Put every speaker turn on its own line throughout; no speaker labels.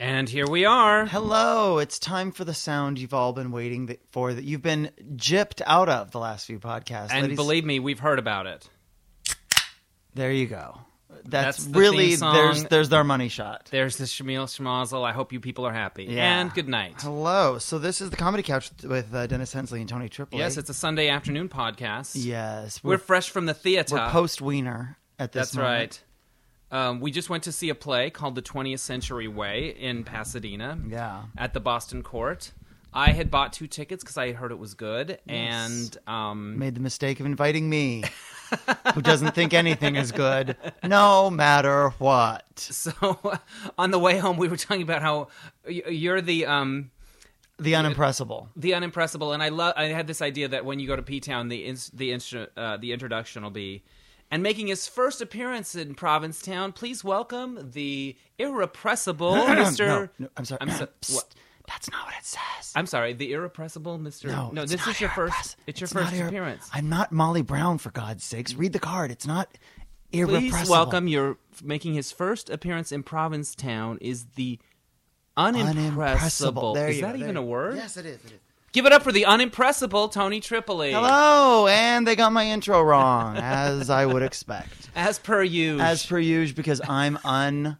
And here we are.
Hello, it's time for the sound you've all been waiting th- for that you've been gypped out of the last few podcasts.
And
ladies.
believe me, we've heard about it.
there you go. That's,
That's the
really
theme song.
there's there's our money shot.
There's the Shamil Shmazel. I hope you people are happy.
Yeah.
And good night.
Hello. So this is the comedy couch with uh, Dennis Hensley and Tony Triple.
Yes, it's a Sunday afternoon podcast.
yes.
We're
We're
fresh from the theater.
we're post Wiener at this.
That's
moment.
right. Um, we just went to see a play called The 20th Century Way in Pasadena
Yeah.
at the Boston Court. I had bought two tickets because I had heard it was good. And um,
Made the mistake of inviting me, who doesn't think anything is good, no matter what.
so on the way home, we were talking about how y- you're the. Um,
The unimpressible.
the unimpressible and i love i had this idea that when you go to p-town the ins- the instru- uh, the introduction will be and making his first appearance in provincetown please welcome the irrepressible mr
No, no, I'm sorry.
I'm so-
Psst,
what?
That's not what it says.
i'm sorry the irrepressible mr
No, it's
this
not
is your
irrepress-
first it's your
not
first
irre-
appearance
I'm not Molly Brown for God's sakes. Read the card. It's not irrepressible.
please welcome your making his first appearance in provincetown is the unimpressible,
unimpressible. There
is
you
that
go,
even
there
a
you-
word
Yes, it is. It is.
give it up for the unimpressible tony tripoli
Hello, and they got my intro wrong, as I would expect,
as per you
as per usual, because I'm un.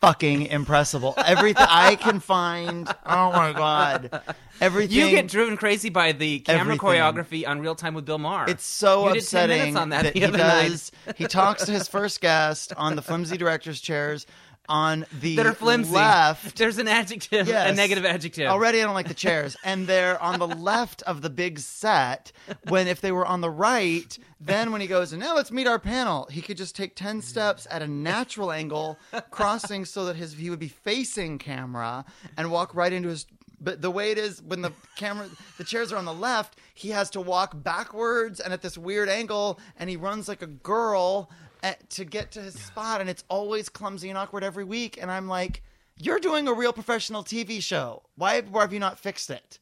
Fucking impressible. Everything I can find. Oh my god. Everything.
You get driven crazy by the camera
Everything.
choreography on Real Time with Bill Maher.
It's so
you
upsetting
Did 10 minutes on that,
that
the
he
other
does. he talks to his first guest on the flimsy director's chairs on the
night. That are flimsy.
e- left.
There's an adjective, a
Yes.
negative adjective.
Already, I don't like the chairs, and they're on the left of the big set. When if they were on the right, then when he goes and now let's meet our panel, he could just take ten steps at a natural angle, crossing so that his he would be facing camera and walk right into his. But the way it is when the camera, the chairs are on the left, he has to walk backwards and at this weird angle, and he runs like a girl at, to get to his spot, and it's always clumsy and awkward every week. And I'm like you're doing a real professional TV show. Why, why have you not fixed it?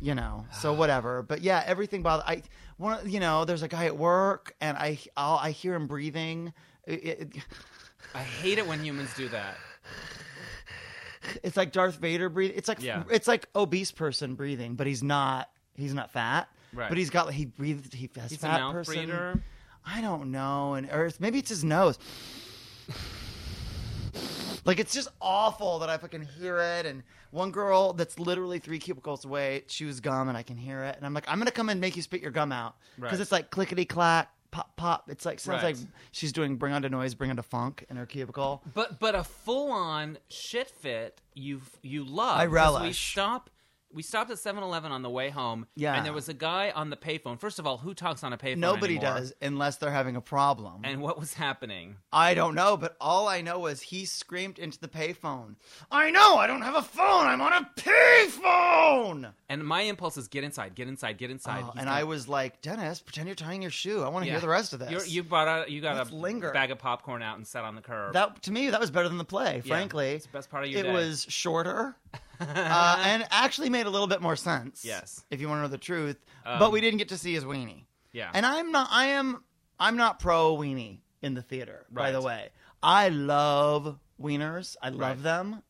You know, so whatever. But yeah, everything bothered. I, one, of- you know, there's a guy at work, and I, I'll, I hear him breathing. It- it-
I hate it when humans do that.
it's like Darth Vader breathing. It's like,
Yeah.
it's like obese person breathing, but he's not, he's not fat.
Right.
But he's got, he breathes, he has
He's a
fat
mouth
person.
breather.
I don't know, and or it's- maybe it's his nose. like it's just awful that I fucking hear it. And one girl that's literally three cubicles away chews gum, and I can hear it. And I'm like, I'm gonna come and make you spit your gum out because
Right.
it's like clickety clack, pop pop. It's like sounds
Right.
like she's doing bring on to noise, bring on to funk in her cubicle.
But but a full on shit fit you you love.
I
'Cause We
relish.
stop. We stopped at 7-Eleven on the way home,
Yeah.
and there was a guy on the payphone. First of all, who talks on a payphone?
Nobody
anymore?
does unless they're having a problem.
And what was happening?
I don't know, but all I know is he screamed into the payphone. I know I don't have a phone. I'm on a payphone.
And my impulse is get inside, get inside, get inside.
Oh,
He's
and
gonna-
I was like, Dennis, pretend you're tying your shoe. I want to
Yeah.
hear the rest of this.
You're, you brought out, you got
Let's
a
linger.
bag of popcorn out and sat on the curb.
that to me, that was better than the play.
Yeah,
Frankly,
it's the best part of your
it
day.
was shorter uh, and actually made a little bit more sense.
Yes.
if you want to know the truth.
Um, oh.
but we didn't get to see his weenie.
yeah.
And I'm not. I am. I'm not pro weenie in the theater. By
Right.
the way, I love wieners. I love
Right.
them.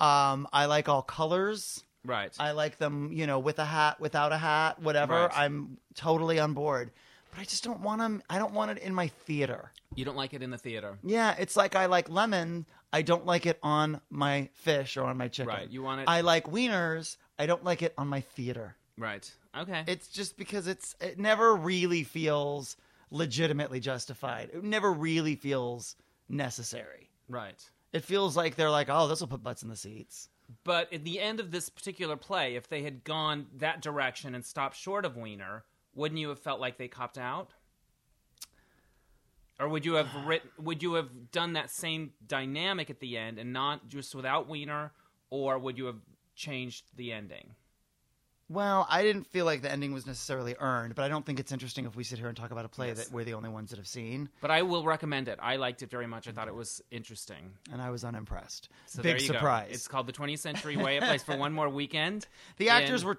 Um, I like all colors.
right.
I like them, you know, with a hat, without a hat, whatever.
Right.
I'm totally on board. But I just don't want them. I don't want it in my theater.
you don't like it in the theater.
Yeah, it's like I like lemon. I don't like it on my fish or on my chicken.
Right. You want it.
I like wieners. I don't like it on my theater.
right. Okay.
It's just because it's it never really feels legitimately justified. It never really feels necessary.
right.
It feels like they're like, oh, this will put butts in the seats.
But at the end of this particular play, if they had gone that direction and stopped short of Wiener, wouldn't you have felt like they copped out? Or would you have writ- Would you have done that same dynamic at the end and not just without Wiener, or would you have changed the ending?
Well, I didn't feel like the ending was necessarily earned, but I don't think it's interesting if we sit here and talk about a play
Yes.
that we're the only ones that have seen,
But I will recommend it. I liked it very much. I thought it was interesting.
and I was unimpressed.
So
Big
there you go.
surprise.
It's called the 20th Century Way. It plays for one more weekend.
the actors
and-
were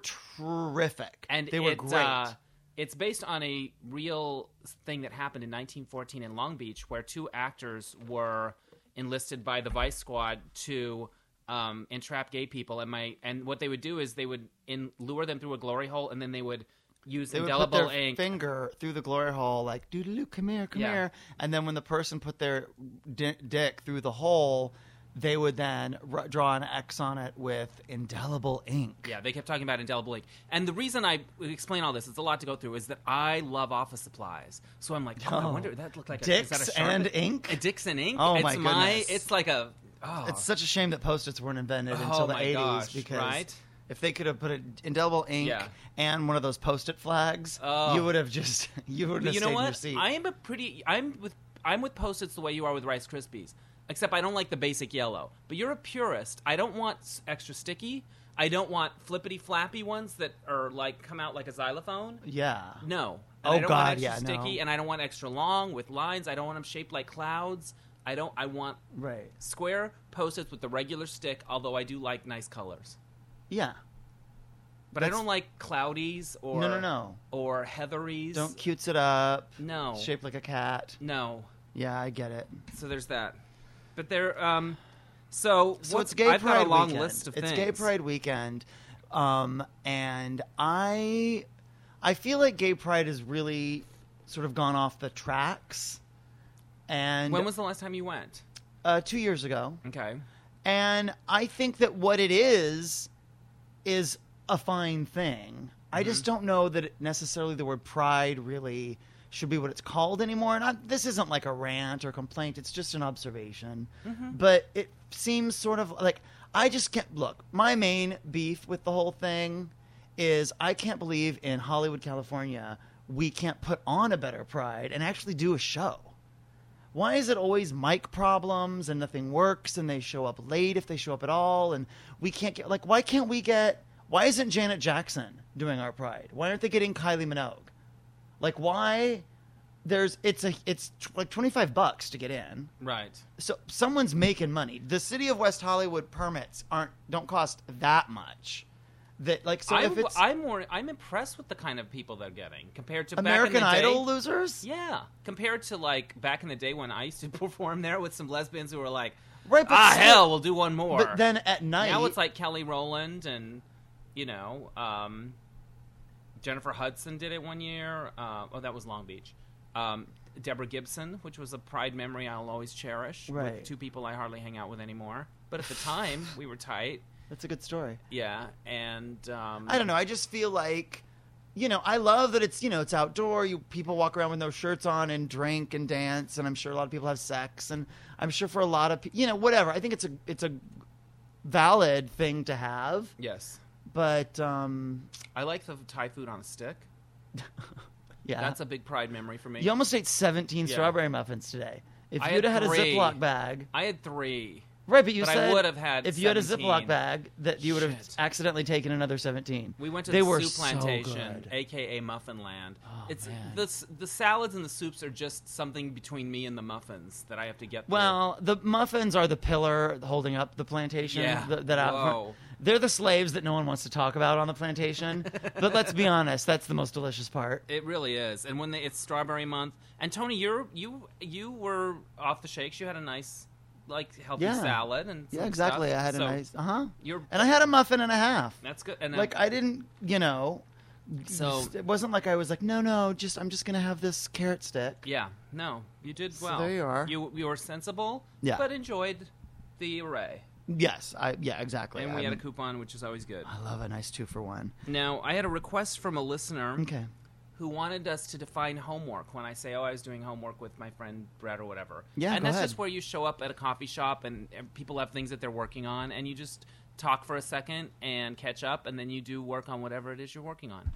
terrific,
and
they were
it,
great.
uh, it's based on a real thing that happened in 1914 in Long Beach, where two actors were enlisted by the Vice Squad to um, entrap gay people, and my and what they would do is they would in, lure them through a glory hole, and then they would use
They would put
indelible
their
ink.
finger through the glory hole, like "Doodaloo, come here, come
Yeah.
here," and then when the person put their di- dick through the hole, they would then r- draw an X on it with indelible ink.
yeah, they kept talking about indelible ink. And the reason I would explain all this, it's a lot to go through, is that I love office supplies. So I'm like, oh, I
Oh.
wonder that looked like a, is that
Dicks
a sharp-
and ink?
A dicks and ink.
Oh,
it's
my goodness.
It's like a. Oh,
It's such a shame that post-its weren't invented until the
my
80s
gosh,
because
right?
if they could have put an indelible ink
Yeah.
and one of those post-it flags,
Oh.
you would have just you would
But
have
you
stayed
know
in
what?
your seat.
I am a pretty. I'm with. I'm with post-its the way you are with Rice Krispies, except I don't like the basic yellow. But you're a purist. I don't want s- extra sticky. I don't want flippity flappy ones that are like come out like a xylophone.
yeah.
No. And
Oh,
I don't
God,
want extra
yeah,
sticky,
no.
and I don't want extra long with lines. I don't want them shaped like clouds. I don't. I want
Right.
square post-its with the regular stick. Although I do like nice colors,
Yeah.
but I
That's-
don't like cloudies or
No, no, no.
or heatheries.
Don't cutes it up.
no
Shaped like a cat.
no.
Yeah, I get it.
So there's that. But there, um, so,
So
what's,
it's Gay
I've
Pride
got a long
weekend.
list of
it's
things.
Gay Pride weekend, um, and I, I feel like Gay Pride has really sort of gone off the tracks. And
When was the last time you went?
uh, two years ago?
Okay.
And I think that what it is is a fine thing. I just don't know that it- necessarily the word pride really should be what it's called anymore. And I, this isn't like a rant or complaint, it's just an observation. But it seems sort of like I just can't look. My main beef with the whole thing is I can't believe in Hollywood, California, we can't put on a better pride and actually do a show why is it always mic problems and nothing works and they show up late if they show up at all and we can't get like why can't we get why isn't Janet Jackson doing our pride? Why aren't they getting Kylie Minogue? Like why there's it's a it's tw- like 25 bucks to get in.
Right.
So someone's making money. The city of West Hollywood permits aren't don't cost that much. That like so if
I'm,
it's
I'm more. I'm impressed with the kind of people they're getting compared to
American
back in the
Idol
Day,
losers?
yeah, compared to like back in the day when I used to perform there with some lesbians who were like,
Right, but
ah,
still-
hell, we'll do one more.
But then at night
now it's like Kelly Rowland and you know um, Jennifer Hudson did it one year. Uh, oh, that was Long Beach. Um, Deborah Gibson, which was a pride memory I'll always cherish. with
Right.
two people I hardly hang out with anymore, but at the time we were tight.
that's a good story.
Yeah, and um,
I don't know. I just feel like, you know, I love that it's you know it's outdoor. You people walk around with no shirts on and drink and dance, and I'm sure a lot of people have sex, and I'm sure for a lot of pe- you know whatever. I think it's a it's a valid thing to have,
Yes,
but um,
I like the Thai food on a stick.
yeah,
That's a big pride memory for me.
you almost ate 17
Yeah.
strawberry muffins today. If
I
you'd
had
have had a
three.
Ziploc bag,
I had three.
right? But you
But I
said
would've had
if you had a
17.
Ziploc bag that you would have
Shit.
accidentally taken another 17.
We went to
they
the
were
soup
so
plantation,
good.
aka Muffin Land.
Oh,
it's
man.
the s- the salads and the soups are just something between me and the muffins that I have to get. through.
Well, the muffins are the pillar holding up the plantation.
Yeah.
th- that out front.
Whoa.
They're the slaves that no one wants to talk about on the plantation. but let's be honest, that's the most delicious part.
it really is. And when they, it's strawberry month, and Tony, you're you you were off the shakes. You had a nice like healthy
Yeah.
salad and
Yeah,
some
exactly.
stuff.
I had a
So
nice, uh huh.
You're
And I had a muffin and a half.
that's good. And
Like
like
I didn't, you know.
So-
just- it wasn't like I was like, no, no, just I'm just gonna have this carrot stick.
yeah, no, you did
So
well.
there you are.
You you were sensible,
Yeah.
but enjoyed the array.
Yes, I yeah, exactly.
And we
I'm- Uh,
had a coupon, which is always good.
I love a nice two for one.
Now I had a request from a listener.
Okay.
who wanted us to define homework when I say, oh, I was doing homework with my friend Brett or whatever.
Yeah,
And
go
that's
ahead.
just where you show up at a coffee shop and uh, people have things that they're working on and you just talk for a second and catch up and then you do work on whatever it is you're working on.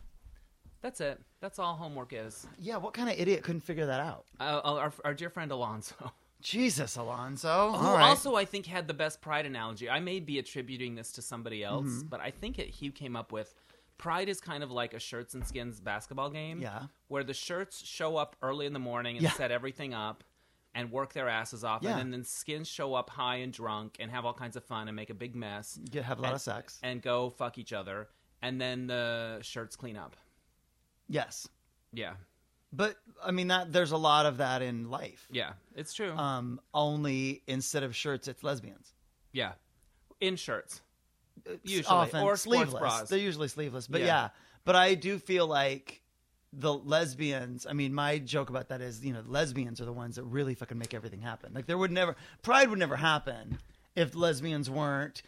That's it. That's all homework is.
Yeah, what kind of idiot couldn't figure that out?
Uh, our, our dear friend Alonso,
Jesus, Alonso.
who
All right.
also I think had the best pride analogy. I may be attributing this to somebody else,
Mm-hmm.
but I think it, he came up with pride is kind of like a shirts and skins basketball game.
Yeah.
where the shirts show up early in the morning and
Yeah.
set everything up and work their asses off
Yeah.
and then, then skins show up high and drunk and have all kinds of fun and make a big mess
Get have a lot
and,
of sex.
and go fuck each other and then the shirts clean up
Yes.
yeah
But I mean that there's a lot of that in life. Uh,
yeah it's true
Um, only instead of shirts, it's lesbians.
yeah in shirts. Usually,
often
or sports
sleeveless.
bras.
They're usually sleeveless, but
Yeah.
yeah. But I do feel like the lesbians. I mean, my joke about that is, you know, lesbians are the ones that really fucking make everything happen. Like there would never Pride would never happen if lesbians weren't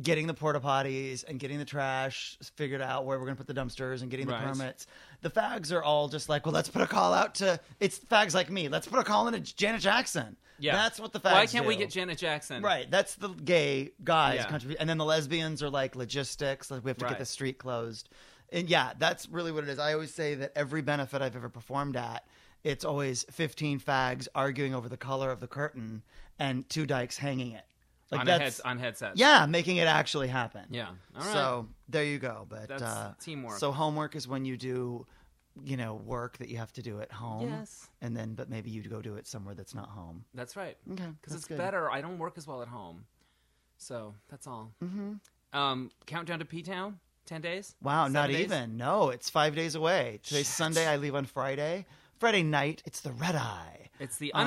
getting the porta potties and getting the trash figured out where we're going to put the dumpsters and getting
Right.
the permits. The fags are all just like, well, let's put a call out to it's fags like me. Let's put a call in to Janet Jackson.
Yeah,
that's what the fags.
Why can't we
do.
get Janet Jackson?
Right, that's the gay guys
Yeah.
contribu- and then the lesbians are like logistics. Like we have to
Right.
get the street closed, and yeah, that's really what it is. I always say that every benefit I've ever performed at, it's always fifteen fags arguing over the color of the curtain and two dykes hanging it. Like
on, a
that's
heads, on headsets.
yeah, making it actually happen.
Yeah. All right.
So there you go. But
That's
uh,
teamwork.
So homework is when you do, you know, work that you have to do at home.
Yes.
And then, but maybe you go do it somewhere that's not home.
That's right.
Okay,
Because
that's
it's
good.
better. I don't work as well at home. So that's all. Mm-hmm. Um, countdown to P Town. Ten days.
Wow,
Seven
not
days?
even. No, it's five days away. Today's Sunday. I leave on Friday. Friday night, it's the red eye.
It's the
Um,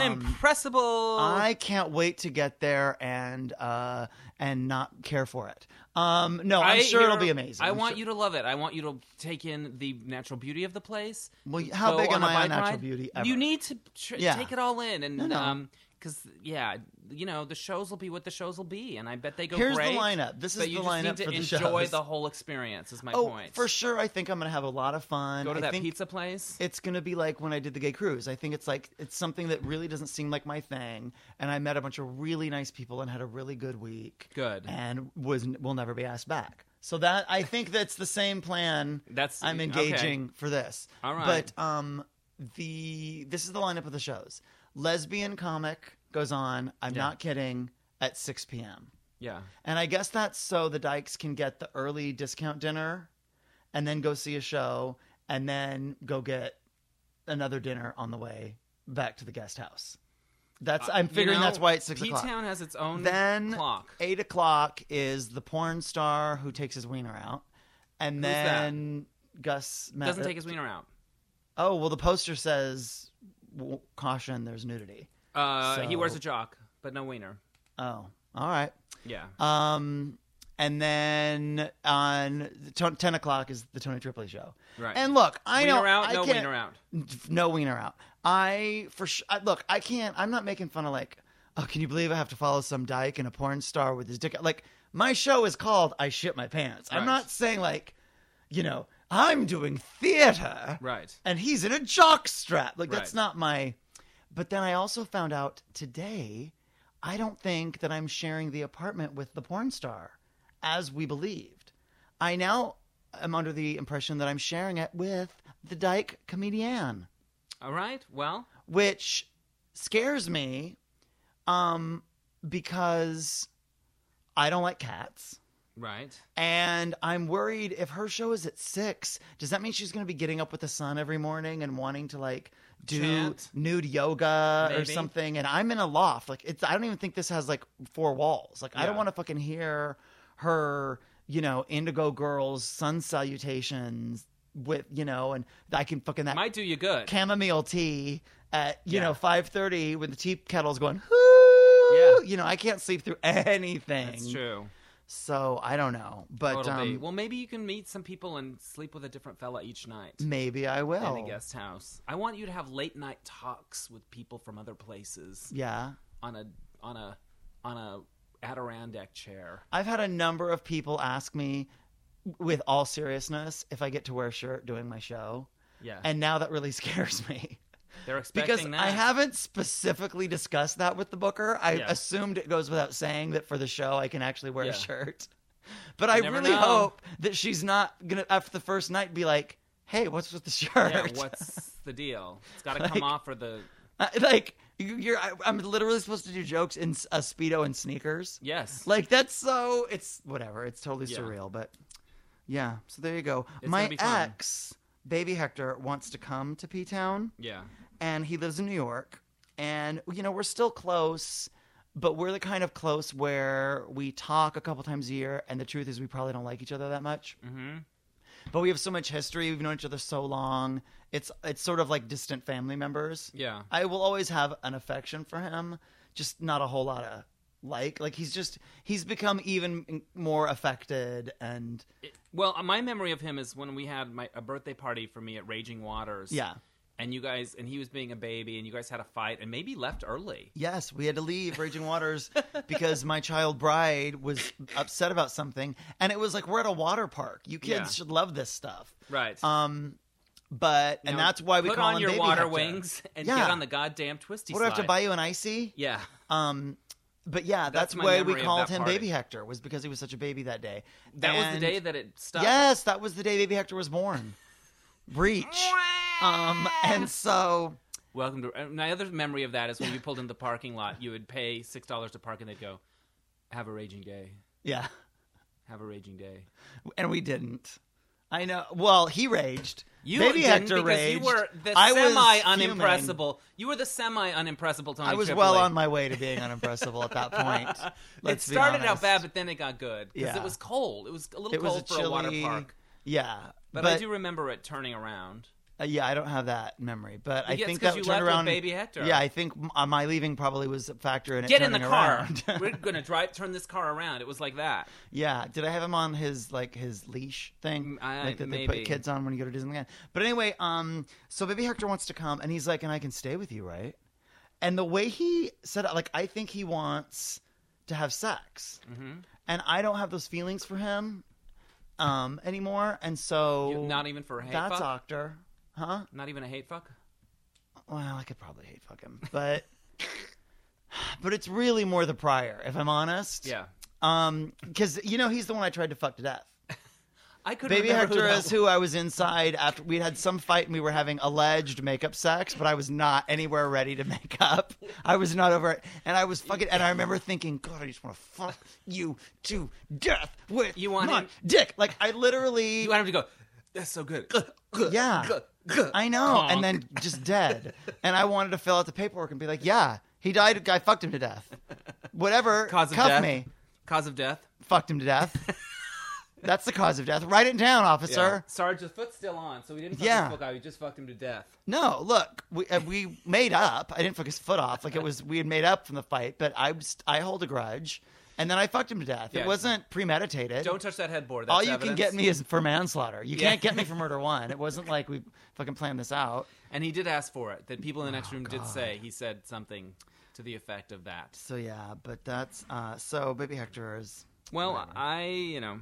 unimpressible.
I can't wait to get there and uh, and not care for it. Um, no, I'm
I
sure it'll
hear-
be amazing.
I want you to love it. I want you to take in the natural beauty of the place.
Well, how
go
big am
a
I on
bike
natural
ride.
beauty ever?
You need to tr-
Yeah.
take it all in, and
No, no.
um, because yeah, you know the shows will be what the shows will be, and I bet they go
Here's the
great.
lineup. This is
but you
the
just
lineup
need to
for the
enjoy
shows.
the whole experience. Is my
Oh,
point.
for sure. I think I'm gonna have a lot of fun.
Go to
I
that
think
pizza place.
it's gonna be like when I did the gay cruise. I think it's like it's something that really doesn't seem like my thing, and I met a bunch of really nice people and had a really good week.
Good.
and was will never be asked back. So that I think that's the same plan.
That's-
I'm
okay.
engaging for this.
All right.
but um, the this is the lineup of the shows. Lesbian comic goes on. I'm
Yeah.
not kidding. At 6 p.m.
Yeah.
And I guess that's so the Dykes can get the early discount dinner and then go see a show and then go get another dinner on the way back to the guest house. That's I'm
Uh, You
figuring
know,
that's why it's six o'clock.
P-Town has its own
Then
clock.
eight o'clock is the porn star who takes his wiener out, and
that?
then Gus Met-
Doesn't take his wiener out.
Oh well, the poster says w- caution. There's nudity.
Uh, He
So-
wears a jock, but no wiener.
Oh, all right.
Yeah.
Um, and then on the t- ten o'clock is the Tony Tripoli show.
Right.
And look, I
wiener
know
out,
I
no
can't,
wiener out.
no wiener out. I for sure. Look, I can't. I'm not making fun of like. Oh, can you believe I have to follow some dyke and a porn star with his dick? out?" Like my show is called "I Shit My Pants."
Right.
I'm not saying like, you know, I'm doing theater
Right.
and he's in a jock strap. Like that's
Right.
not my. But then I also found out today, I don't think that I'm sharing the apartment with the porn star, as we believed. I now am under the impression that I'm sharing it with the dyke comedian,
All right. Well,
which scares me, um, because I don't like cats.
right.
And I'm worried if her show is at six, does that mean she's going to be getting up with the sun every morning and wanting to like do
Chant.
nude yoga or
Maybe.
something? And I'm in a loft. Like, it's, I don't even think this has like four walls. Like, I don't
Yeah.
want to fucking hear her, you know, Indigo Girls sun salutations with, you know, and I can fucking that
Might do you good.
chamomile tea at, you
Yeah.
know, 5.30 when the tea kettle's going,
Yeah.
yeah. you know, I can't sleep through anything.
That's true.
So I don't know, but
Totally.
um,
well, maybe you can meet some people and sleep with a different fella each night
maybe I will.
in the guest house. I want you to have late night talks with people from other places
Yeah,
on a on a on a Adirondack chair.
I've had a number of people ask me, with all seriousness, if I get to wear a shirt doing my show,
Yeah,
and now that really scares me
they're expecting
because
that.
I haven't specifically discussed that with the booker. I
Yeah.
assumed it goes without saying that for the show I can actually wear
Yeah.
a shirt, but I
never
really
know.
hope that she's not gonna after the first night be like, "Hey, what's with the shirt?"
Yeah, what's the deal? It's got to come
Like-
off for the
I- like you- you're I, i'm literally supposed to do jokes in s- a speedo and sneakers
yes.
like that's so it's whatever it's totally
Yeah.
surreal but yeah so there you go
It's
my
gonna be fun.
ex baby hector wants to come to p-town
yeah,
and he lives in new york and you know we're still close but we're the kind of close where we talk a couple times a year and the truth is we probably don't like each other that much
hmm
but we have so much history we've known each other so long it's it's sort of like distant family members
yeah.
I will always have an affection for him, just not a whole lot of like. Like he's just he's become even more affected and
Well, uh, my memory of him is when we had my a birthday party for me at Raging Waters.
Yeah.
And you guys, and he was being a baby, and you guys had a fight, and maybe left early.
Yes, we had to leave Raging Waters because my child bride was upset about something, and it was like we're at a water park. You kids
Yeah.
should love this stuff,
Right.
um, but and
Now,
that's why we
put
call
on
him
your
Baby
water
Hector.
wings and
Yeah.
get on the goddamn twisty
What do I have to
slide.
buy you an icy?
Yeah.
Um, but yeah, that's,
That's my
why
memory
we
of
called
that
him
party.
Baby Hector was because he was such a baby that day.
That was
And-
the day that it stopped.
Yes, that was the day Baby Hector was born. Breach. um, and so
Welcome to. and My other memory of that is when you pulled into the parking lot, you would pay six dollars to park, and they'd go, "Have a raging day.
yeah,
Have a raging day."
and we didn't. I know. Well, he raged.
You
Baby
didn't
Hector
because
raged.
you were the
I was
semi
fuming.
unimpressible. You were the semi unimpressible Tony.
I was
Tripoli.
well on my way to being unimpressible at that point. Let's
it
be
started out
honest.
bad, but then it got good because
Yeah.
it was cold. It was a little
It was
cold
a
for a water
chilly-
park.
Yeah,
But, I do remember it turning around.
Uh, yeah, I don't have that memory, but
Yeah,
I
it's
think
'cause
that
you
turned
left with
around.
Baby Hector.
Yeah, I think m- uh, my leaving probably was a factor in it.
Get in the
turning
car.
around.
We're gonna drive. Turn this car around. It was like that.
yeah, did I have him on his like his leash
Mm,
thing,
I-
like that they
maybe.
put kids on when you go to Disneyland? But anyway, um, so Baby Hector wants to come, and he's like, "And I can stay with you, right?" And the way he said, it, like, I think he wants to have sex,
Mm-hmm.
and I don't have those feelings for him um anymore, and so
You- not even for a hate
Oh, that's
fuck.
Octor, huh?
Not even a hate fuck.
Well, I could probably hate fuck him, but but it's really more the prior, if I'm honest.
Yeah.
Um, because you know he's the one I tried to fuck to death.
I could
Baby
remember
Hector
who that
is who I was inside after we'd had some fight and we were having alleged makeup sex, but I was not anywhere ready to make up. I was not over it, and I was fucking. And I remember thinking, God, I just want to fuck you to death with
You want
my
him-
dick. Like I literally,
You want him to go. That's so good.
Yeah. I know.
Conk.
And then just dead. and I wanted to fill out the paperwork and be like, yeah, he died. Guy fucked him to death. Whatever.
Cause of
cuff
death.
me.
Cause of death.
Fucked him to death. That's the cause of death. Write it down, officer.
Yeah. Sarge, the foot's still on, so we didn't fuck
Yeah.
this full guy. We just fucked him to death.
No, look, we uh, we made up. I didn't fuck his foot off. Like it was, we had made up from the fight. But I was, I hold a grudge, and then I fucked him to death.
Yeah.
It wasn't premeditated.
Don't touch that headboard. That's
All you can
evidence.
get me is for manslaughter. You
Yeah.
can't get me for murder one. It wasn't like we fucking planned this out.
And he did ask for it. That people in the next room did say he said something to the effect of that.
So yeah, but that's uh, so. Baby Hector is
Well, I, you know,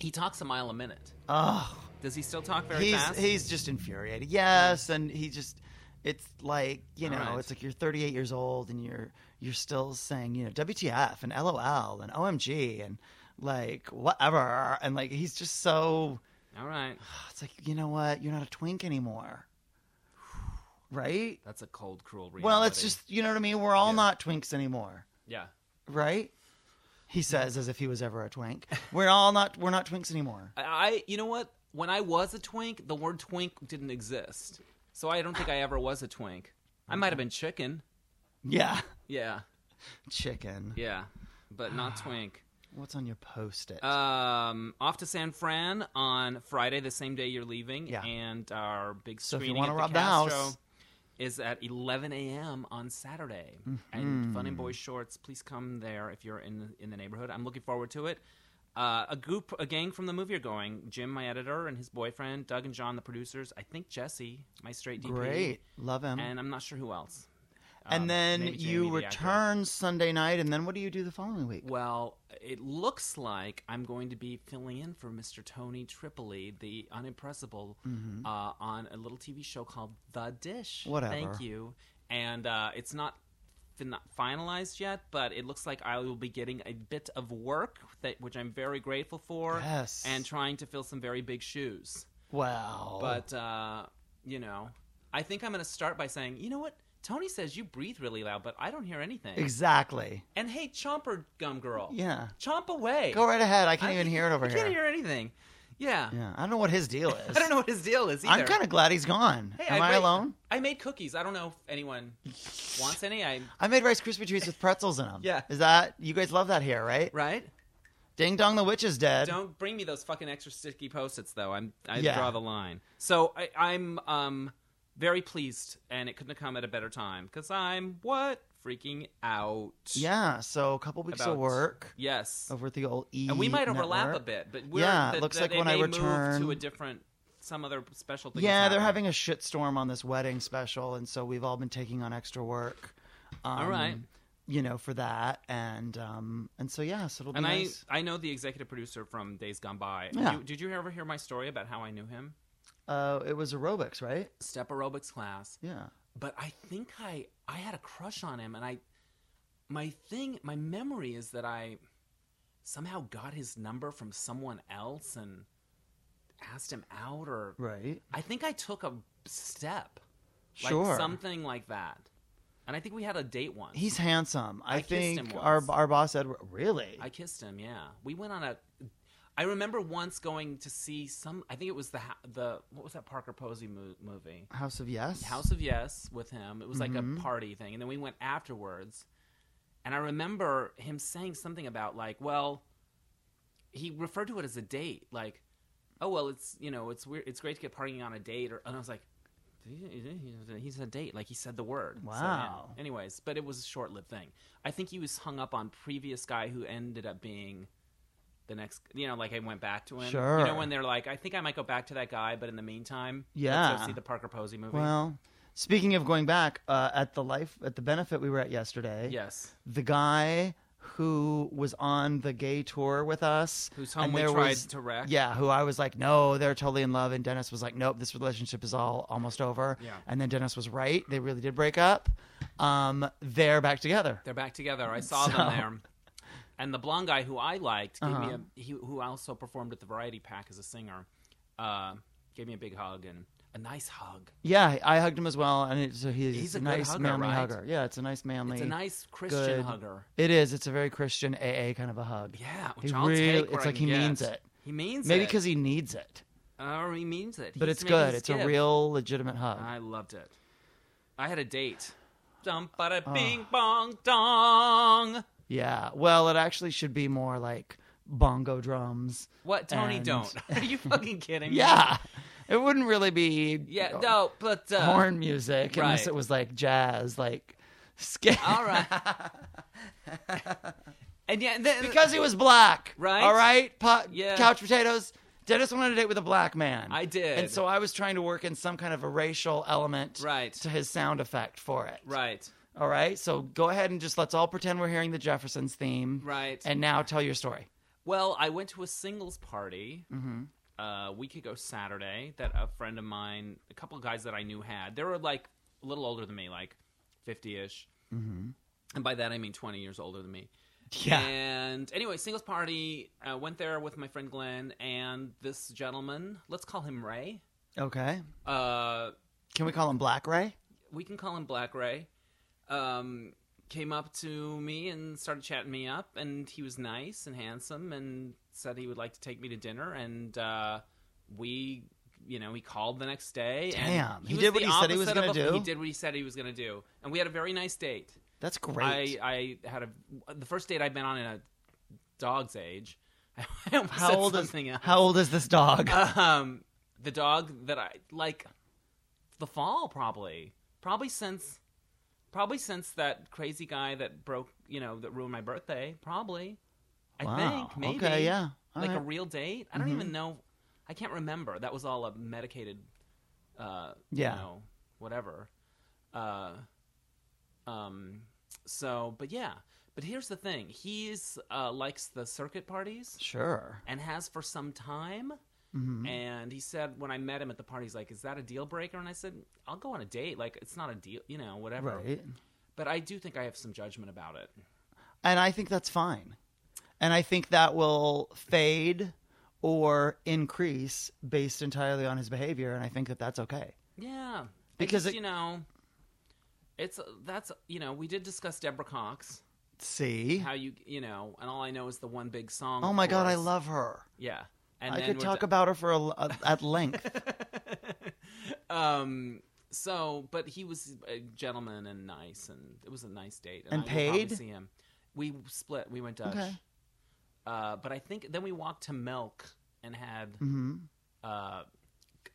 he talks a mile a minute.
Oh,
Does he still talk very
he's
fast?
he's just infuriated. Yes, and he just it's like you
All
know,
right.
it's like you're 38 years old and you're you're still saying you know WTF and LOL and OMG and like whatever and like he's just so
All right.
it's like you know what you're not a twink anymore, right?
That's a cold, cruel reality.
Well, it's just you know what I mean. We're all
Yeah.
not twinks anymore,
yeah.
right? He says as if he was ever a twink. We're all not we're not twinks anymore.
I, I, you know what? When I was a twink, the word twink didn't exist. So I don't think I ever was a twink. I might have been chicken.
Yeah,
Yeah.
chicken.
Yeah. But not twink.
What's on your post it?
Um, off to San Fran on Friday, the same day you're leaving,
Yeah.
and our big
So if you
screening
wanna
at
rob
the
the
Castro
house.
is at 11 a.m. on Saturday.
Mm-hmm.
And Fun and Boy Shorts, please come there if you're in in the neighborhood. I'm looking forward to it. Uh, a group, a gang from the movie are going. Jim, my editor, and his boyfriend, Doug and John, the producers. I think Jesse, my straight DP,
Great. Love him. And,
and I'm not sure who else. Um,
then
maybe Jamie,
you
the actor.
return Sunday night, and then what do you do the following week?
Well, it looks like I'm going to be filling in for Mr. Tony Tripoli, the unimpressible, uh, on a little TV show called The Dish.
Mm-hmm. Whatever.
Thank you. And uh, it's not fin- not finalized yet, but it looks like I will be getting a bit of work, that, which I'm very grateful for.
Yes.
And trying to fill some very big shoes.
Wow.
But, uh, you know, I think I'm going to start by saying, you know what? Tony says you breathe really loud, but I don't hear anything.
exactly.
And hey, Chomper Gum Girl.
Yeah.
Chomp away.
Go right ahead. I can't
I
even hear it over
I
here.
can't hear anything. Yeah.
Yeah. I don't know what his deal is.
I don't know what his deal is either.
I'm kind of glad he's gone.
Hey,
Am I,
made-
alone?
I made cookies. I don't know if anyone wants any. I
I made Rice Krispie treats with pretzels in them.
Yeah.
Is that you guys love that here, right?
right.
Ding dong, the witch is dead.
Don't bring me those fucking extra sticky post-its though. I'm I
Yeah.
draw the line. So I, I'm um very pleased, and it couldn't have come at a better time because I'm what freaking out.
Yeah, so a couple weeks
About-
of work
Yes.
over at the old E.
And we might overlap
network.
a bit, but we're,
Yeah, it
that-
looks
that
like
they
when I
may
return-
move to a different, some other special thing.
Yeah,
is
they're
happening.
having a shitstorm on this wedding special, and so we've all been taking on extra work. Um,
All right.
You know, for that, and um, and so yeah, so it'll be
And I,
nice.
I know the executive producer from Days Gone By.
Yeah.
You- did you ever hear my story about how I knew him?
Uh, it was aerobics, right?
Step aerobics class.
Yeah.
but I think I I had a crush on him, and I my thing my memory is that I somehow got his number from someone else and asked him out, or
Right.
I think I took a step, like
Sure.
something like that, and I think we had a date once.
He's handsome. I,
I kissed him
think our
once.
our boss Edward. Really?
I kissed him. Yeah, we went on a. I remember once going to see some. I think it was the ha- the what was that Parker Posey mo- movie.
House of Yes. Mm-hmm.
House of Yes with him. It was like a party thing, and then we went afterwards. And I remember him saying something about like, well, he referred to it as a date, like, oh well, it's you know, it's weird, it's great to get partying on a date, or and I was like, he's a date, like he said the word. So, yeah.
Wow.
Anyways, but it was a short-lived thing. I think he was hung up on previous guy who ended up being. The next, you know, like I went back to him. You
Sure.
know, when they're like, I think I might go back to that guy, but in the meantime, let's
Yeah.
go see the Parker Posey movie.
Well, speaking of going back, uh, at the life at the benefit we were at yesterday.
Yes.
The guy who was on the gay tour with us,
Whose home
and
we
there
tried
was-
to wreck.
Yeah, who I was like, no, they're totally in love, and Dennis was like, nope, this relationship is all almost over.
Yeah.
And then Dennis was right; they really did break up. Um, they're back together.
They're back together. I saw
So-
them there. And the blonde guy who I liked gave
Uh-huh.
me a he, who also performed at the Variety Pack as a singer, uh, gave me a big hug and a nice hug.
Yeah, I hugged him as well, and it, so he's,
He's a good
nice
hugger,
manly
right?
hugger. Yeah, it's a nice manly.
It's a nice Christian
good.
hugger.
It is. It's a very Christian AA kind of a hug.
Yeah,
He
which I'll
really-
take where
it's
I
like
can
he means
get.
it.
He means
Maybe
it.
because he needs it,
oh, he means it.
but
He's
it's
making
good.
his Uh-huh.
It's a
gift.
real legitimate hug.
I loved it. I had a date. Dum bada
Uh.
bing bong dong.
Yeah. Well, it actually should be more like bongo drums.
What Tony?
And-
Don't. Are you fucking kidding me?
Yeah. It wouldn't really be
Yeah.
uh,
No. But uh,
horn music unless
right.
it was like jazz, like ska.
All right. and yeah, then,
because he was black.
Right?
All right. Po-
Yeah.
Couch potatoes. Dennis wanted to date with a black man.
I did.
And so I was trying to work in some kind of a racial element
Right.
to his sound effect for it.
right,
All right. So go ahead and just let's all pretend we're hearing the Jeffersons theme.
right.
And now tell your story.
well, I went to a singles party
Mm-hmm.
uh, a week ago Saturday that a friend of mine, a couple of guys that I knew had. They were like a little older than me, like fifty ish,
Mm-hmm.
and by that I mean twenty years older than me. And anyway, singles party. Uh, went there with my friend Glenn and this gentleman. Let's call him Ray.
Okay.
Uh,
Can we call him Black Ray?
we can call him Black Ray, um, came up to me and started chatting me up, and he was nice and handsome, and said he would like to take me to dinner, and uh, we, you know, he called the next day. and
Damn, he
was
did what
the
he said he was
opposite of
gonna
a- He
do?
did what he said he was going to do, and we had a very nice date.
That's great.
I, I had a the first date I've been on in a dog's age. I almost
how
said
old is
something else.
how old is this dog?
um the dog that I like the fall probably probably since probably since that crazy guy that broke you know that ruined my birthday probably I
Wow.
think maybe
Okay, yeah. All
like a
right. Mm-hmm.
real date I don't even know I can't remember that was all a medicated uh
Yeah.
you know whatever uh um so but yeah but here's the thing he's uh likes the circuit parties
sure.
and has for some time.
Mm-hmm.
And he said when I met him at the party, he's like, "Is that a deal breaker?" And I said, "I'll go on a date. Like it's not a deal, you know, whatever."
Right.
But I do think I have some judgment about it.
And I think that's fine. And I think that will fade or increase based entirely on his behavior and I think that that's okay.
Yeah, I
Because
just,
it-
you know, it's that's you know we did discuss Deborah Cox,
See?
how you you know, and all I know is the one big song.
Oh
of
my god, I
course.
love her.
Yeah, and
I
then
could
we're
talk
d-
about her for a, a, at length.
um. So, but he was a gentleman and nice, and it was a nice date.
And
I will probably
paid?
see him. We split. We went Dutch.
Okay.
Uh, but I think then we walked to Milk and had
hmm
uh,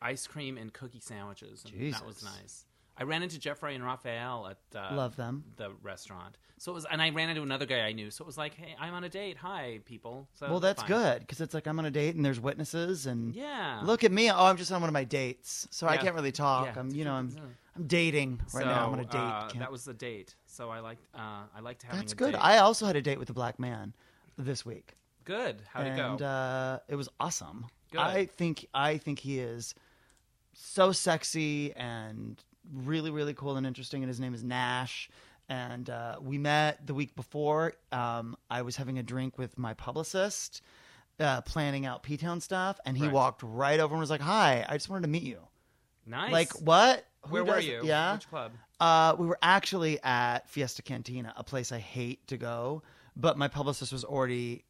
ice cream and cookie sandwiches. And That was
Jesus.
nice. I ran into Jeffrey and Raphael at uh,
Love them.
the restaurant. So it was, and I ran into another guy I knew. So it was like, hey, I'm on a date. Hi, people. So
Well, that's
uh, fine.
good because it's like I'm on a date and there's witnesses and
Yeah.
look at me. Oh, I'm just on one of my dates, so I
Yeah.
can't really talk.
Yeah.
I'm, you know, I'm,
Yeah.
I'm dating right now. I'm on a
So,
date.
uh,
Can't-
that was the date. So I liked. Uh, I liked having.
that's
a
good.
Date.
I also had a date with a black man this week,
good. How'd it
and
go?
uh, it was awesome.
Good.
I think I think he is so sexy and really really cool and interesting. And his name is Nash. And uh, we met the week before. Um, I was having a drink with my publicist, uh, planning out P Town stuff, and he
Right.
walked right over and was like, "Hi, I just wanted to meet you."
nice.
Like what? Who
where were
does-
you?
Yeah,
Which club?
uh, we were actually at Fiesta Cantina, a place I hate to go, but my publicist was already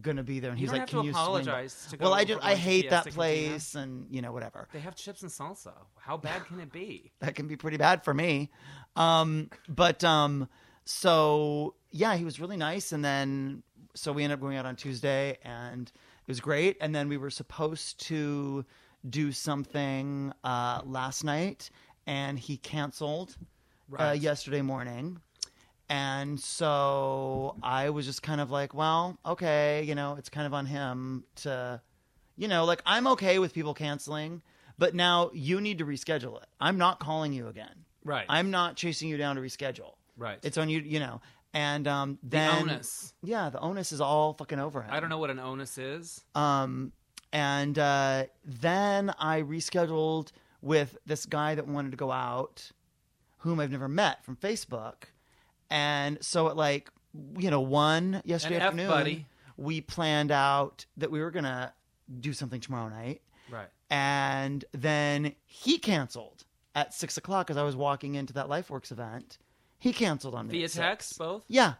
gonna be there, and
You
he's
don't have
like, "Can
to
you
apologize
Swing?
to
by?" well,
go
I just
for
I
lunch at
hate that
Fiesta Cantina.
place, and you know whatever.
They have chips and salsa. How bad can it be?
That can be pretty bad for me. Um, but um, so yeah, he was really nice, and then so we ended up going out on Tuesday, and it was great. And then we were supposed to do something uh, last night, and he canceled uh,
Right.
yesterday morning. And so I was just kind of like, well, okay, you know, it's kind of on him to, you know, like I'm okay with people canceling, but now you need to reschedule it. I'm not calling you again.
Right.
I'm not chasing you down to reschedule.
right.
It's on you, you know. And um,
the
then
onus.
yeah, the onus is all fucking over him.
I don't know what an onus is.
Um, and uh, then I rescheduled with this guy that wanted to go out, whom I've never met from Facebook. And so at like, you know, one yesterday
An F
afternoon,
buddy.
we planned out that we were going to do something tomorrow night.
Right.
And then he canceled at six o'clock as I was walking into that LifeWorks event. He canceled on me.
Via
at six.
text, both.
Yeah.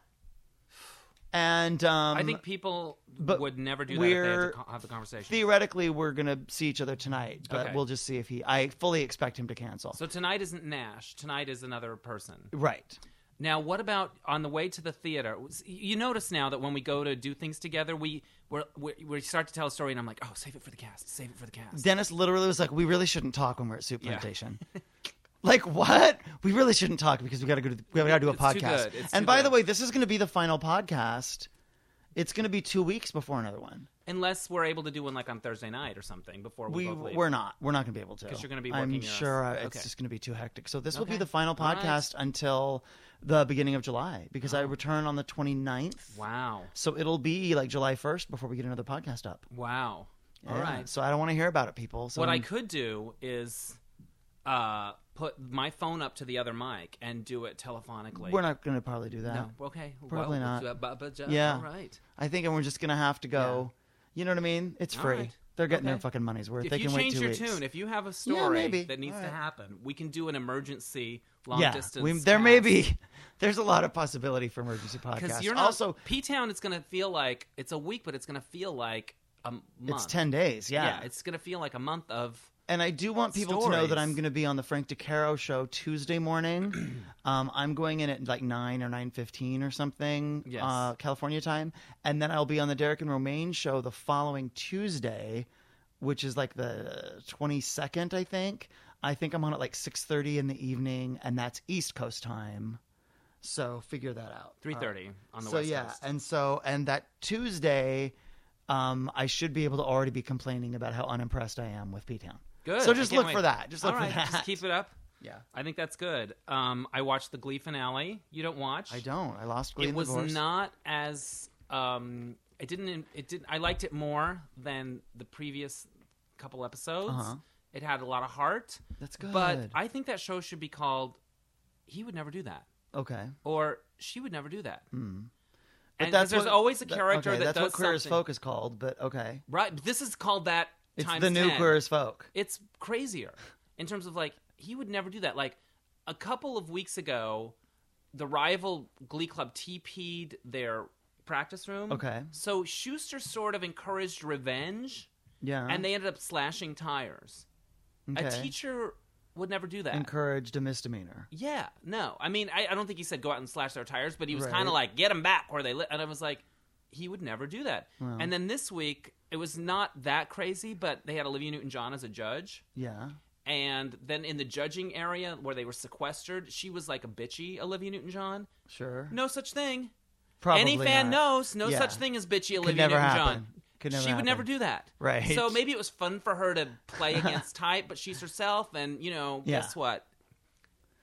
And um,
I think people
but
would never do that if they had to
we're-
co- have the conversation.
theoretically we're gonna see each other tonight but
Okay.
we'll just see if he i fully expect him to cancel
so tonight isn't Nash. Tonight is another person.
right
Now, what about on the way to the theater? You notice now that when we go to do things together, we we're, we we start to tell a story, and I'm like, oh, save it for the cast. Save it for the cast.
dennis literally was like we really shouldn't talk when we're at soup plantation like what we really shouldn't talk because we gotta go to the, we gotta do a
It's too
podcast
good. It's
and
too
by the
good.
way this is gonna be the final podcast it's gonna be two weeks before another one
Unless we're able to do one like on Thursday night or something before we,
we
both leave.
we're not we're not gonna be able to
'Cause you're gonna be
i'm
working your ass-
sure I- it's
Okay.
just gonna be too hectic so this will be
Okay.
the final
All right. Oh.
podcast until the beginning of july because i return on the 29th
wow,
So it'll be like July 1st before we get another podcast up.
wow. All
Yeah. Um,
right.
So I don't want to hear about it, people. So
What I
I'm-
could do is uh, put my phone up to the other mic and do it telephonically.
we're not going to probably do that.
No. Okay.
Probably
well,
not.
uh, bu- bu- ju-
Yeah.
All right.
I think we're just going to have to go. You know what I mean? It's
All
free.
right.
They're getting their
Okay.
fucking money's worth.
If
they
you
can wait
change
two
your
weeks.
tune, if you have a story
maybe.
that needs
All
to
right.
happen, we can do an emergency long
yeah,
distance.
we, there may
cast.
be. There's a lot of possibility for emergency podcasts.
because you're not,
also,
P Town. It's gonna feel like it's a week, but it's gonna feel like a month.
it's ten days.
Yeah.
Yeah,
it's gonna feel like a month of.
and I do want people to know that
Stories.
I'm going to be on the Frank DeCaro show Tuesday morning. um, I'm going in at like nine or nine fifteen or something,
Yes.
uh, California time, and then I'll be on the Derek and Romaine show the following Tuesday, which is like the twenty second, I think. I think I'm on at like six thirty in the evening, and that's East Coast time. So figure that out.
Three thirty on the
so
west
yeah,
coast.
and so and that Tuesday. Um, I should be able to already be complaining about how unimpressed I am with P Town.
Good.
So
I
just
can't
look
wait.
for that. Just look
All right,
for that.
Just keep it up.
Yeah.
I think that's good. Um, I watched the Glee finale. You don't watch?
I don't. I lost Glee
It
in
was
the divorce.
not as. Um, it didn't. It didn't. I liked it more than the previous couple episodes.
Uh-huh.
It had a lot of heart.
That's
But
good.
I think that show should be called. He would never do that,
okay.
or she would never do that.
Hmm. But
And 'cause there's always a
that-
character
okay,
that
that's
does
what Queer as
something.
Folk is called. But okay,
Right. This is called that.
it's
times
the new
10.
Queer as Folk.
It's crazier in terms of like he would never do that. Like a couple of weeks ago, the rival Glee Club TP'd their practice room.
Okay.
So Schuster sort of encouraged revenge,
Yeah,
and they ended up slashing tires. A
Uh-huh. Okay.
teacher would never do that.
encouraged a misdemeanor.
yeah, no. I mean, I, I don't think he said go out and slash their tires, but he was
Right.
kind of like, get them back where they live. And I was like, he would never do that. And then this week, it was not that crazy, but they had Olivia Newton John as a judge
Yeah.
And then in the judging area where they were sequestered, she was like a bitchy Olivia Newton John.
Sure.
No such thing.
Probably
Any fan
not.
knows no
Yeah.
such thing as bitchy Olivia
never
Newton
happen.
John.
Could
she
never
would never
happen.
do that.
Right.
So maybe it was fun for her to play against type, but she's herself, and you know,
Yeah.
guess what?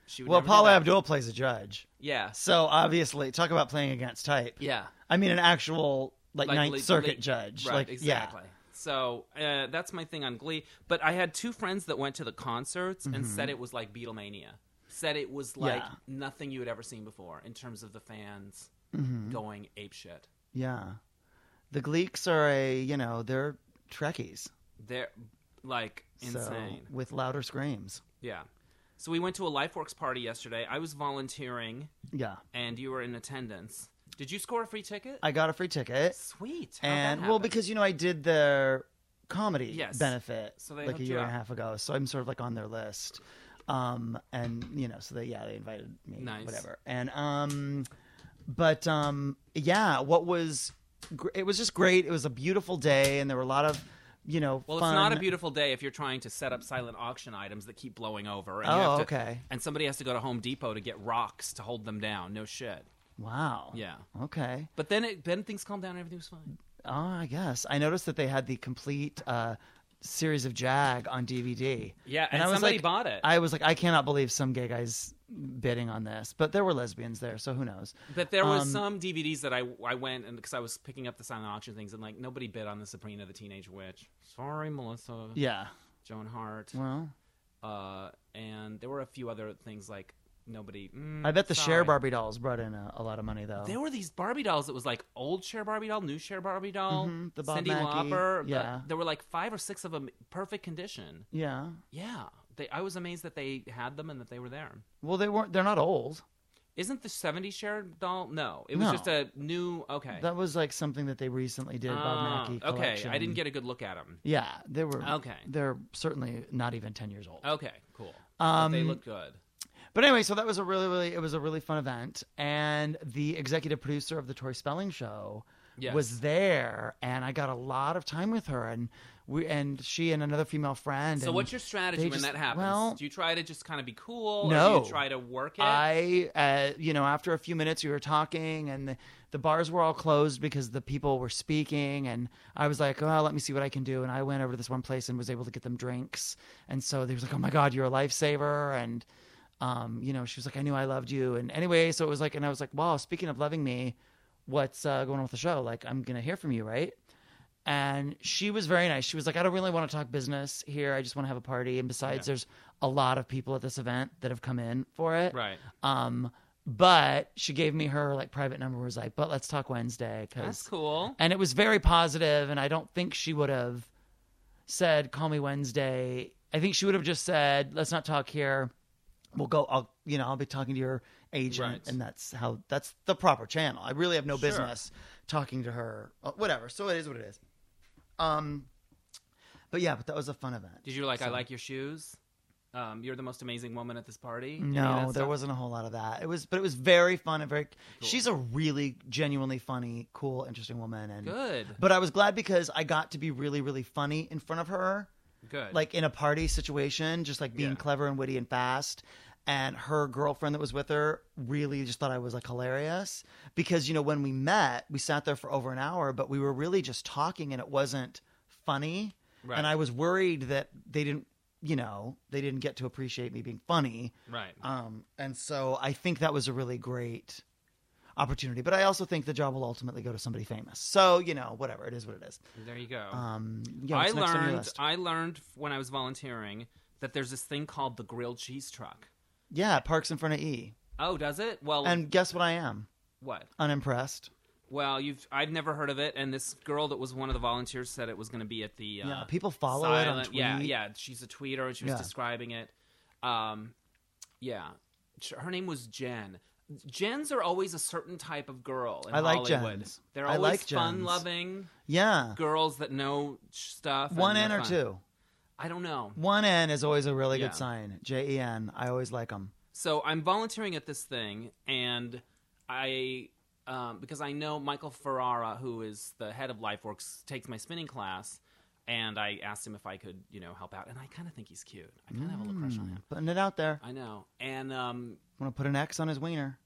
She would
Well,
never do
Paula
that.
Abdul plays a judge.
Yeah.
So obviously, talk about playing against type.
Yeah.
I mean, an actual like, Ninth
le-
Circuit
le-
judge.
Right,
like,
exactly. So uh, that's my thing on Glee. But I had two friends that went to the concerts and said it was like Beatlemania. Said it was like
Mm-hmm. Yeah.
nothing you had ever seen before in terms of the fans
Mm-hmm.
going apeshit.
Yeah, yeah. The Gleeks are a you know they're Trekkies.
They're like
So,
insane.
with louder screams.
Yeah. So we went to a LifeWorks party yesterday. I was volunteering,
Yeah,
and you were in attendance. Did you score a free ticket?
I got a free ticket,
Sweet. How'd that
and well,
happen?
because you know I did their comedy
Yes.
benefit
So they
like
hooked
a
you
year and a
up.
half ago, so I'm sort of like on their list. Um, and you know, so they yeah they invited me,
Nice.
whatever, and um, but um, yeah, what was gr- it was just great. It was a beautiful day, and there were a lot of you know
Well,
fun
it's not a beautiful day if you're trying to set up silent auction items that keep blowing over. And you
Oh,
have to-
okay.
And somebody has to go to Home Depot to get rocks to hold them down. No shit.
Wow.
Yeah.
Okay.
But then it then things calmed down and everything was fine.
Oh, I guess I noticed that they had the complete uh, series of Jag on DVD.
Yeah, and somebody
like,
bought it.
I was like, I cannot believe some gay guys bidding on this, but there were lesbians there, so who knows?
But there was
Um,
some DVDs that I I went and because I was picking up the silent auction things and like nobody bid on the Sabrina the Teenage Witch. Sorry, Melissa,
Yeah.
Joan Hart,
Well,
uh, and there were a few other things like nobody. mm,
I bet the
sorry.
Share Barbie dolls brought in a, a lot of money, though.
There were these Barbie dolls that was like old Cher Barbie doll, new Cher Barbie doll,
Mhm, the Bob
Cindy
Mackie,
Lauper. the-
yeah.
there were like five or six of them, perfect condition.
yeah.
Yeah, they, I was amazed that they had them and that they were there.
Well, they weren't. They're not old.
Isn't the '70s Cher doll? No, it was
No.
just a new. Okay,
That was like something that they recently did.
Ah,
Bob
okay,
Mackie.
I
collection.
didn't get a good look at them.
Yeah, they were.
Okay.
They're certainly not even ten years old.
Okay, cool. But they
Um,
look good.
But anyway, so that was a really, really, it was a really fun event. And the executive producer of the Tori Spelling Show
Yes.
was there, and I got a lot of time with her, and we, and she and another female friend.
So,
and
what's your strategy
they
when
just-
that happens?
well-
do you try to just kind of be cool, or
No.
do you try to work it?
I, uh, you know, after a few minutes, we were talking, and the, the bars were all closed because the people were speaking. And I was like, oh, let me see what I can do. And I went over to this one place and was able to get them drinks. And so they was like, oh my God, you're a lifesaver. And, um, you know, she was like, I knew I loved you. And anyway, so it was like, and I was like, wow, speaking of loving me, what's uh, going on with the show? Like, I'm going to hear from you, right? and she was very nice. She was like, I don't really want to talk business here. I just want to have a party. And besides, there's a lot of people at this event that have come in for it.
right.
Um, but she gave me her like private number. Was like, but let's talk Wednesday. Cause,
That's cool.
And it was very positive, And I don't think she would have said, "Call me Wednesday." I think she would have just said, "Let's not talk here. We'll go. I'll you know I'll be talking to your agent,
Right.
and that's how that's the proper channel. I really have no
Sure.
business talking to her. Uh, Whatever. So it is what it is. Um, but yeah, but that was a fun event.
Did you like? I
So-
like your shoes. Um, you're the most amazing woman at this party. Any of that
No, there
stuff?
wasn't a whole lot of that. It was, but it was very fun and very. She's a really genuinely funny, cool, interesting woman, and
good.
But I was glad because I got to be really, really funny in front of her.
Good.
like in a party situation, just like being
Yeah.
clever and witty and fast. And her girlfriend that was with her really just thought I was like hilarious because you know when we met, we sat there for over an hour, but we were really just talking and it wasn't funny.
Right.
And I was worried that they didn't, you know, they didn't get to appreciate me being funny.
right.
Um, and so I think that was a really great opportunity. But I also think the job will ultimately go to somebody famous. So you know, whatever it is, what it is.
There you go.
Um, yeah,
I
what's next on your
learned.
list?
I learned when I was volunteering that there's this thing called the grilled cheese truck.
Yeah, Parks in front of E.
Oh, does it? Well,
And guess what I am?
what?
Unimpressed.
Well, you've I've never heard of it, and this girl that was one of the volunteers said it was going to be at the uh,
yeah, people follow it on
silent- Yeah,
Tweet.
yeah. She's a tweeter, and she was
Yeah.
describing it. Um, yeah, Sh- her name was Jen. Gens are always a certain type of girl. In
I like
Hollywood.
Jens.
They're
I
always
like Jens.
fun-loving
Yeah.
girls that know stuff. and
One N
they're
or
fun.
two.
I don't know.
One N is always a really
Yeah.
good sign. J E N. I always like them.
So I'm volunteering at this thing, and I um, because I know Michael Ferrara, who is the head of LifeWorks, takes my spinning class. and I asked him if I could, you know, help out. And I kind of think he's cute. I kind of have a little crush on him.
Putting it out there.
I know. And um,
want to put an X on his wiener.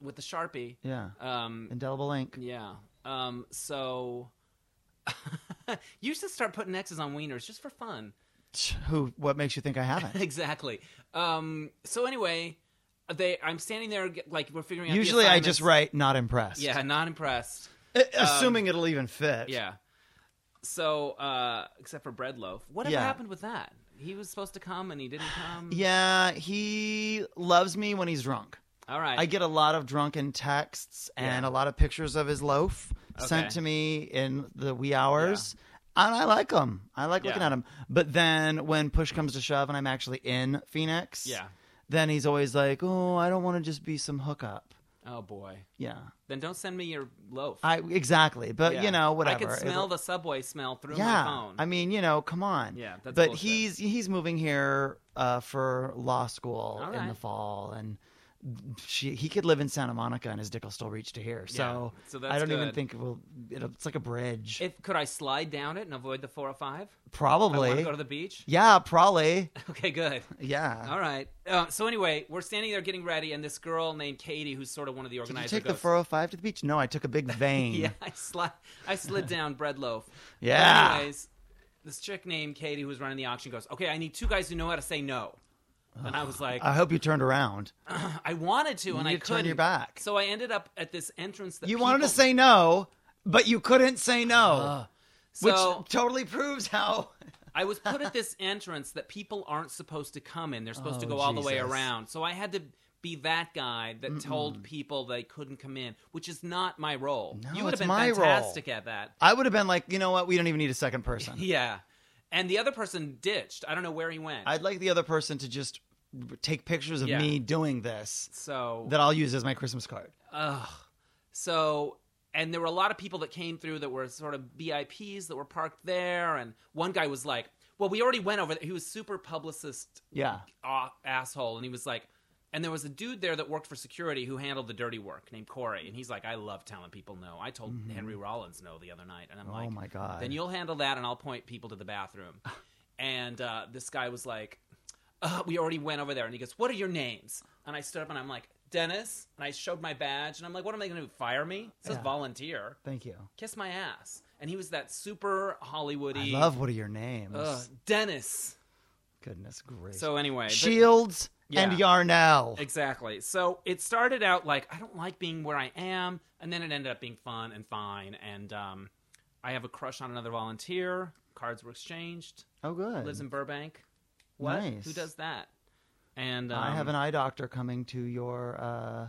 with the sharpie,
Yeah.
um,
Indelible ink.
yeah. Um, so you should start putting X's on wieners just for fun.
Tch, Who? What makes you think I haven't?
exactly. Um, so anyway, they. I'm standing there g- like we're figuring out. the
Usually, I
assignments.
just write not impressed.
Yeah, not impressed.
Uh, Assuming it'll even fit.
Um, Yeah. So, uh, except for bread loaf, whatever
Yeah.
happened with that? He was supposed to come and he didn't come.
Yeah. He loves me when he's drunk.
All right.
I get a lot of drunken texts and
Yeah.
a lot of pictures of his loaf sent
Okay.
to me in the wee hours. And I like them. I like looking
Yeah.
at them. But then when push comes to shove and I'm actually in Phoenix,
yeah.
then he's always like, "Oh, I don't want to just be some hookup."
Oh boy.
Yeah.
Then don't send me your loaf.
I exactly. But
Yeah.
you know, whatever.
I could
It's-
smell the subway smell through my
yeah.
phone.
I mean, you know, come on.
Yeah, that's
but
bullshit.
he's he's moving here uh, for law school
All
in the
right.
fall, and she he could live in Santa Monica, and his dick will still reach to here. So,
so that's
I don't even
good.
think it will. It'll, it's like a bridge,
if could I slide down it and avoid the 405? I want to
probably.
go to the beach.
yeah, probably.
Okay, good.
Yeah.
All right. Uh, so anyway, we're standing there getting ready, and this girl named Katie, who's sort of one of the
Did you
organizers,
take the
goes,
405 to the beach? No, I took a big vein.
Yeah, I slid, I slid down bread loaf.
Yeah.
Anyways, this chick named Katie, who was running the auction, goes, "Okay, I need two guys who know how to say no." And I was like,
I hope you turned around.
I wanted to, and
Uh, need
I
to turn
couldn't.
your back.
So I ended up at this entrance. That
You wanted to
people- Uh,
say no, but you couldn't say no,
so-
which totally proves how.
I was put at this entrance that people aren't supposed to come in. They're supposed to
Oh,
go all the way
Jesus.
around. So I had to be that guy that told people they couldn't come in, which is not my role.
No,
you would have
it's
been
my role.
fantastic at that.
I would have been like, you know what? We don't even need a second person.
Yeah. And the other person ditched. I don't know where he went.
I'd like the other person to just take pictures of
Yeah.
me doing this
so
that I'll use as my Christmas card.
Ugh. So, and there were a lot of people that came through that were sort of VIPs that were parked there. And one guy was like, well, we already went over there. He was super publicist
Yeah.
aw- asshole. And he was like, and there was a dude there that worked for security who handled the dirty work named Corey. And he's like, I love telling people no. I told Henry Rollins no the other night. And I'm
Mm-hmm. Oh
like,
my God.
Then you'll handle that and I'll point people to the bathroom. and uh, this guy was like, uh, we already went over there. And he goes, what are your names? And I stood up and I'm like, Dennis. And I showed my badge. And I'm like, what am I going to do? Fire me? It says
Yeah.
volunteer.
Thank you.
Kiss my ass. And he was that super
I
Hollywoody.
love what are your names?
Ugh, Dennis.
Goodness gracious.
So anyway, but-
Shields and
Yeah.
Yarnell.
Exactly. So it started out like I don't like being where I am, and then it ended up being fun and fine. And um, I have a crush on another volunteer. Cards were exchanged.
Oh, good.
Lives in Burbank. What?
Nice.
Who does that? And um,
I have an eye doctor coming to your uh,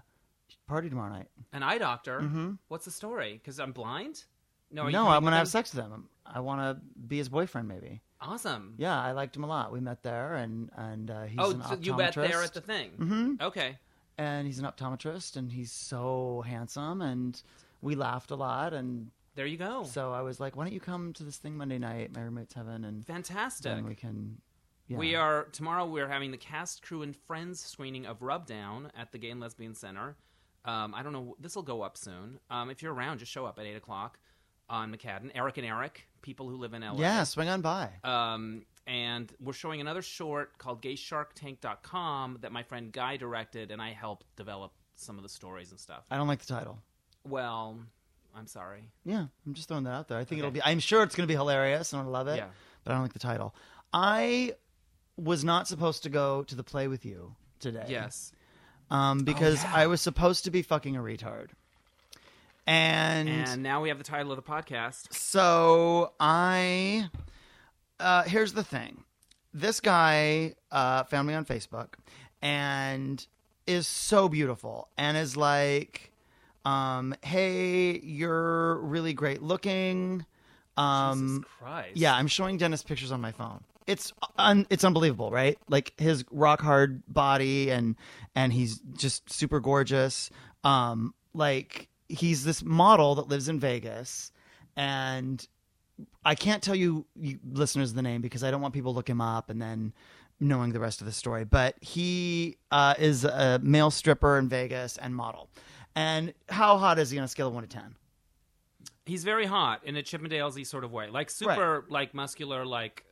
party tomorrow night.
an eye doctor. What's the story? Because I'm blind. No, are Oh, you
Mm-hmm. no,
coming
I'm
with
gonna have
him?
sex with him. I want to be his boyfriend, maybe.
Awesome.
Yeah, I liked him a lot. We met there, and and uh, he's
oh,
an
so you bet there at
optometrist.
the thing.
Mhm.
Okay.
and he's an optometrist and he's so handsome and we laughed a lot and
There you go.
so I was like, why don't you come to this thing Monday night? My roommate's heaven and
Fantastic.
then we can. Yeah.
We are tomorrow. We're having the cast, crew, and friends screening of Rubdown at the Gay and Lesbian Center. Um, I don't know. This will go up soon. Um, if you're around, just show up at eight o'clock on McCadden. Eric and Eric, people who live in LA.
Yeah, swing on by.
Um, and we're showing another short called GaySharkTank.com that my friend Guy directed, and I helped develop some of the stories and stuff.
I don't like the title.
Well, I'm sorry.
Yeah, I'm just throwing that out there. I think it'll
Okay.
be. I'm sure it's going to be hilarious and I love it.
Yeah.
But I don't like the title. I was not supposed to go to the play with you today.
Yes. Oh,
Um, because
yeah.
I was supposed to be fucking a retard.
And now we have the title of the podcast.
So I, uh, here's the thing. This guy uh, found me on Facebook and is so beautiful and is like, um, hey, you're really great looking. Um,
Jesus Christ.
yeah, I'm showing Dennis pictures on my phone. It's un- it's unbelievable, right? Like his rock hard body and and he's just super gorgeous. Um like he's this model that lives in Vegas and I can't tell you, you listeners the name because I don't want people to look him up and then knowing the rest of the story. But he uh, is a male stripper in Vegas and model. And how hot is he on a scale of 1 to 10?
He's very hot in a Chippendalesy sort of way, like super, like muscular, like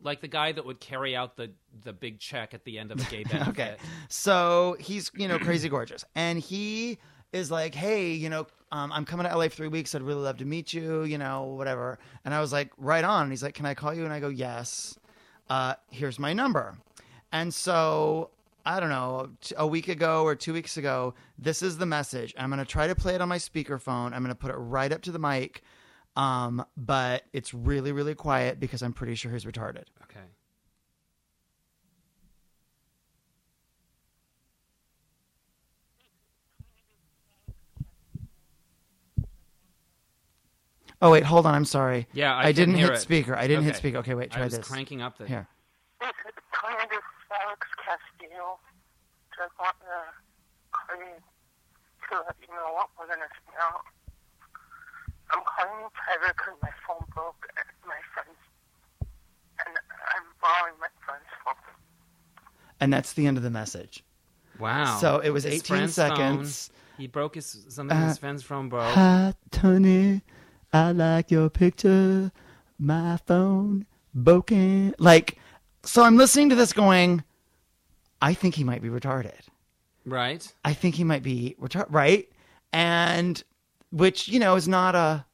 like the guy that would carry out the the big check at the end of a gay benefit.
Okay. So he's, you know, crazy gorgeous. And he is like, hey, you know, um, I'm coming to LA for three weeks. I'd really love to meet you, you know, whatever. And I was like, right on. And he's like, can I call you? And I go, yes. Uh, here's my number. And so I don't know, t- a week ago or two weeks ago, this is the message. I'm going to try to play it on my speakerphone. I'm going to put it right up to the mic. Um, but it's really, really quiet because I'm pretty sure he's retarded.
Okay.
Oh wait, hold on. I'm sorry.
Yeah, I
I
couldn't
didn't hit
hear it.
speaker. I didn't hit
Okay.
speaker. Okay, wait. Try
I was
this.
cranking up the.
Here.
This is Candace Alex Castillo. Just want to call you to let you know what we're going to now. I'm calling you private because my phone broke at my friend's. And I'm borrowing my friend's phone.
And that's the end of the message.
Wow.
So it was
His
18
friend's
seconds. Uh,
phone- He broke his something. his friend's phone broke.
Hi, Tony. I like your picture. My phone broken. Like, so I'm listening to this going, I think he might be retarded.
right.
I think he might be retarded, right? And which, you know, is not a,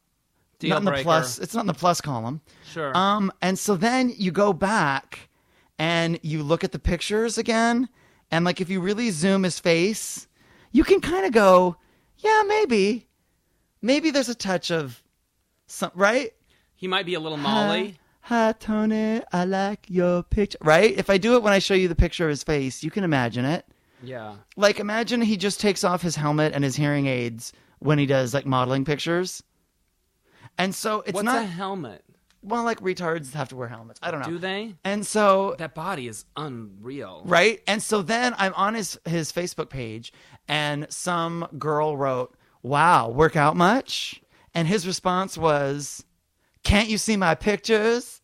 Deal
not in
breaker.
the plus, it's not in the plus column.
Sure.
Um, and so then you go back and you look at the pictures again, and like if you really zoom his face, you can kind of go, yeah, maybe, maybe there's a touch of, some right.
he might be a little Molly.
Hi, hi, Tony. I like your picture. Right? If I do it when I show you the picture of his face, you can imagine it.
Yeah.
Like, imagine he just takes off his helmet and his hearing aids when he does like modeling pictures. And so it's
What's
not
a helmet?
well, like retards have to wear helmets. I don't know.
Do they?
And so
That body is unreal.
right? And so then I'm on his his Facebook page, and some girl wrote, "Wow, work out much?" And his response was, "Can't you see my pictures?"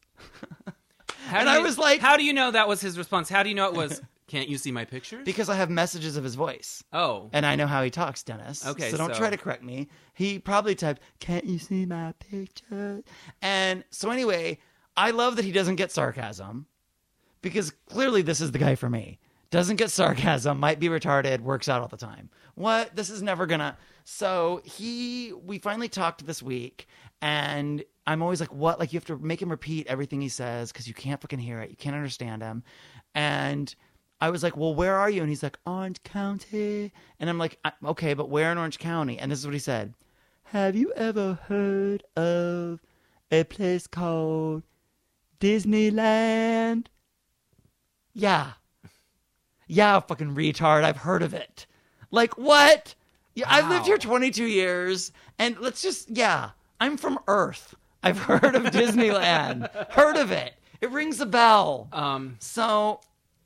How
And
do
I
you-
was like-
"How do you know that was his response? How do you know it was? Can't you see my pictures?
Because I have messages of his voice,
oh,
and I know how he talks, Dennis.
Okay,
so don't
so-
try to correct me. He probably typed, "Can't you see my pictures?" And so anyway, I love that he doesn't get sarcasm, because clearly this is the guy for me. Doesn't get sarcasm, might be retarded, works out all the time. What? This is never gonna. So he, we finally talked this week, and I'm always like, what? Like, you have to make him repeat everything he says because you can't fucking hear it. You can't understand him. And I was like, well, where are you? And he's like, Orange County. And I'm like, I- okay, but where in Orange County? And this is what he said Have you ever heard of a place called Disneyland? Yeah. Yeah, fucking retard. I've heard of it. Like, what? Yeah, I've lived here
Wow.
22 years, and let's just, yeah, I'm from Earth. I've heard of Disneyland, heard of it. It rings a bell.
um,
so,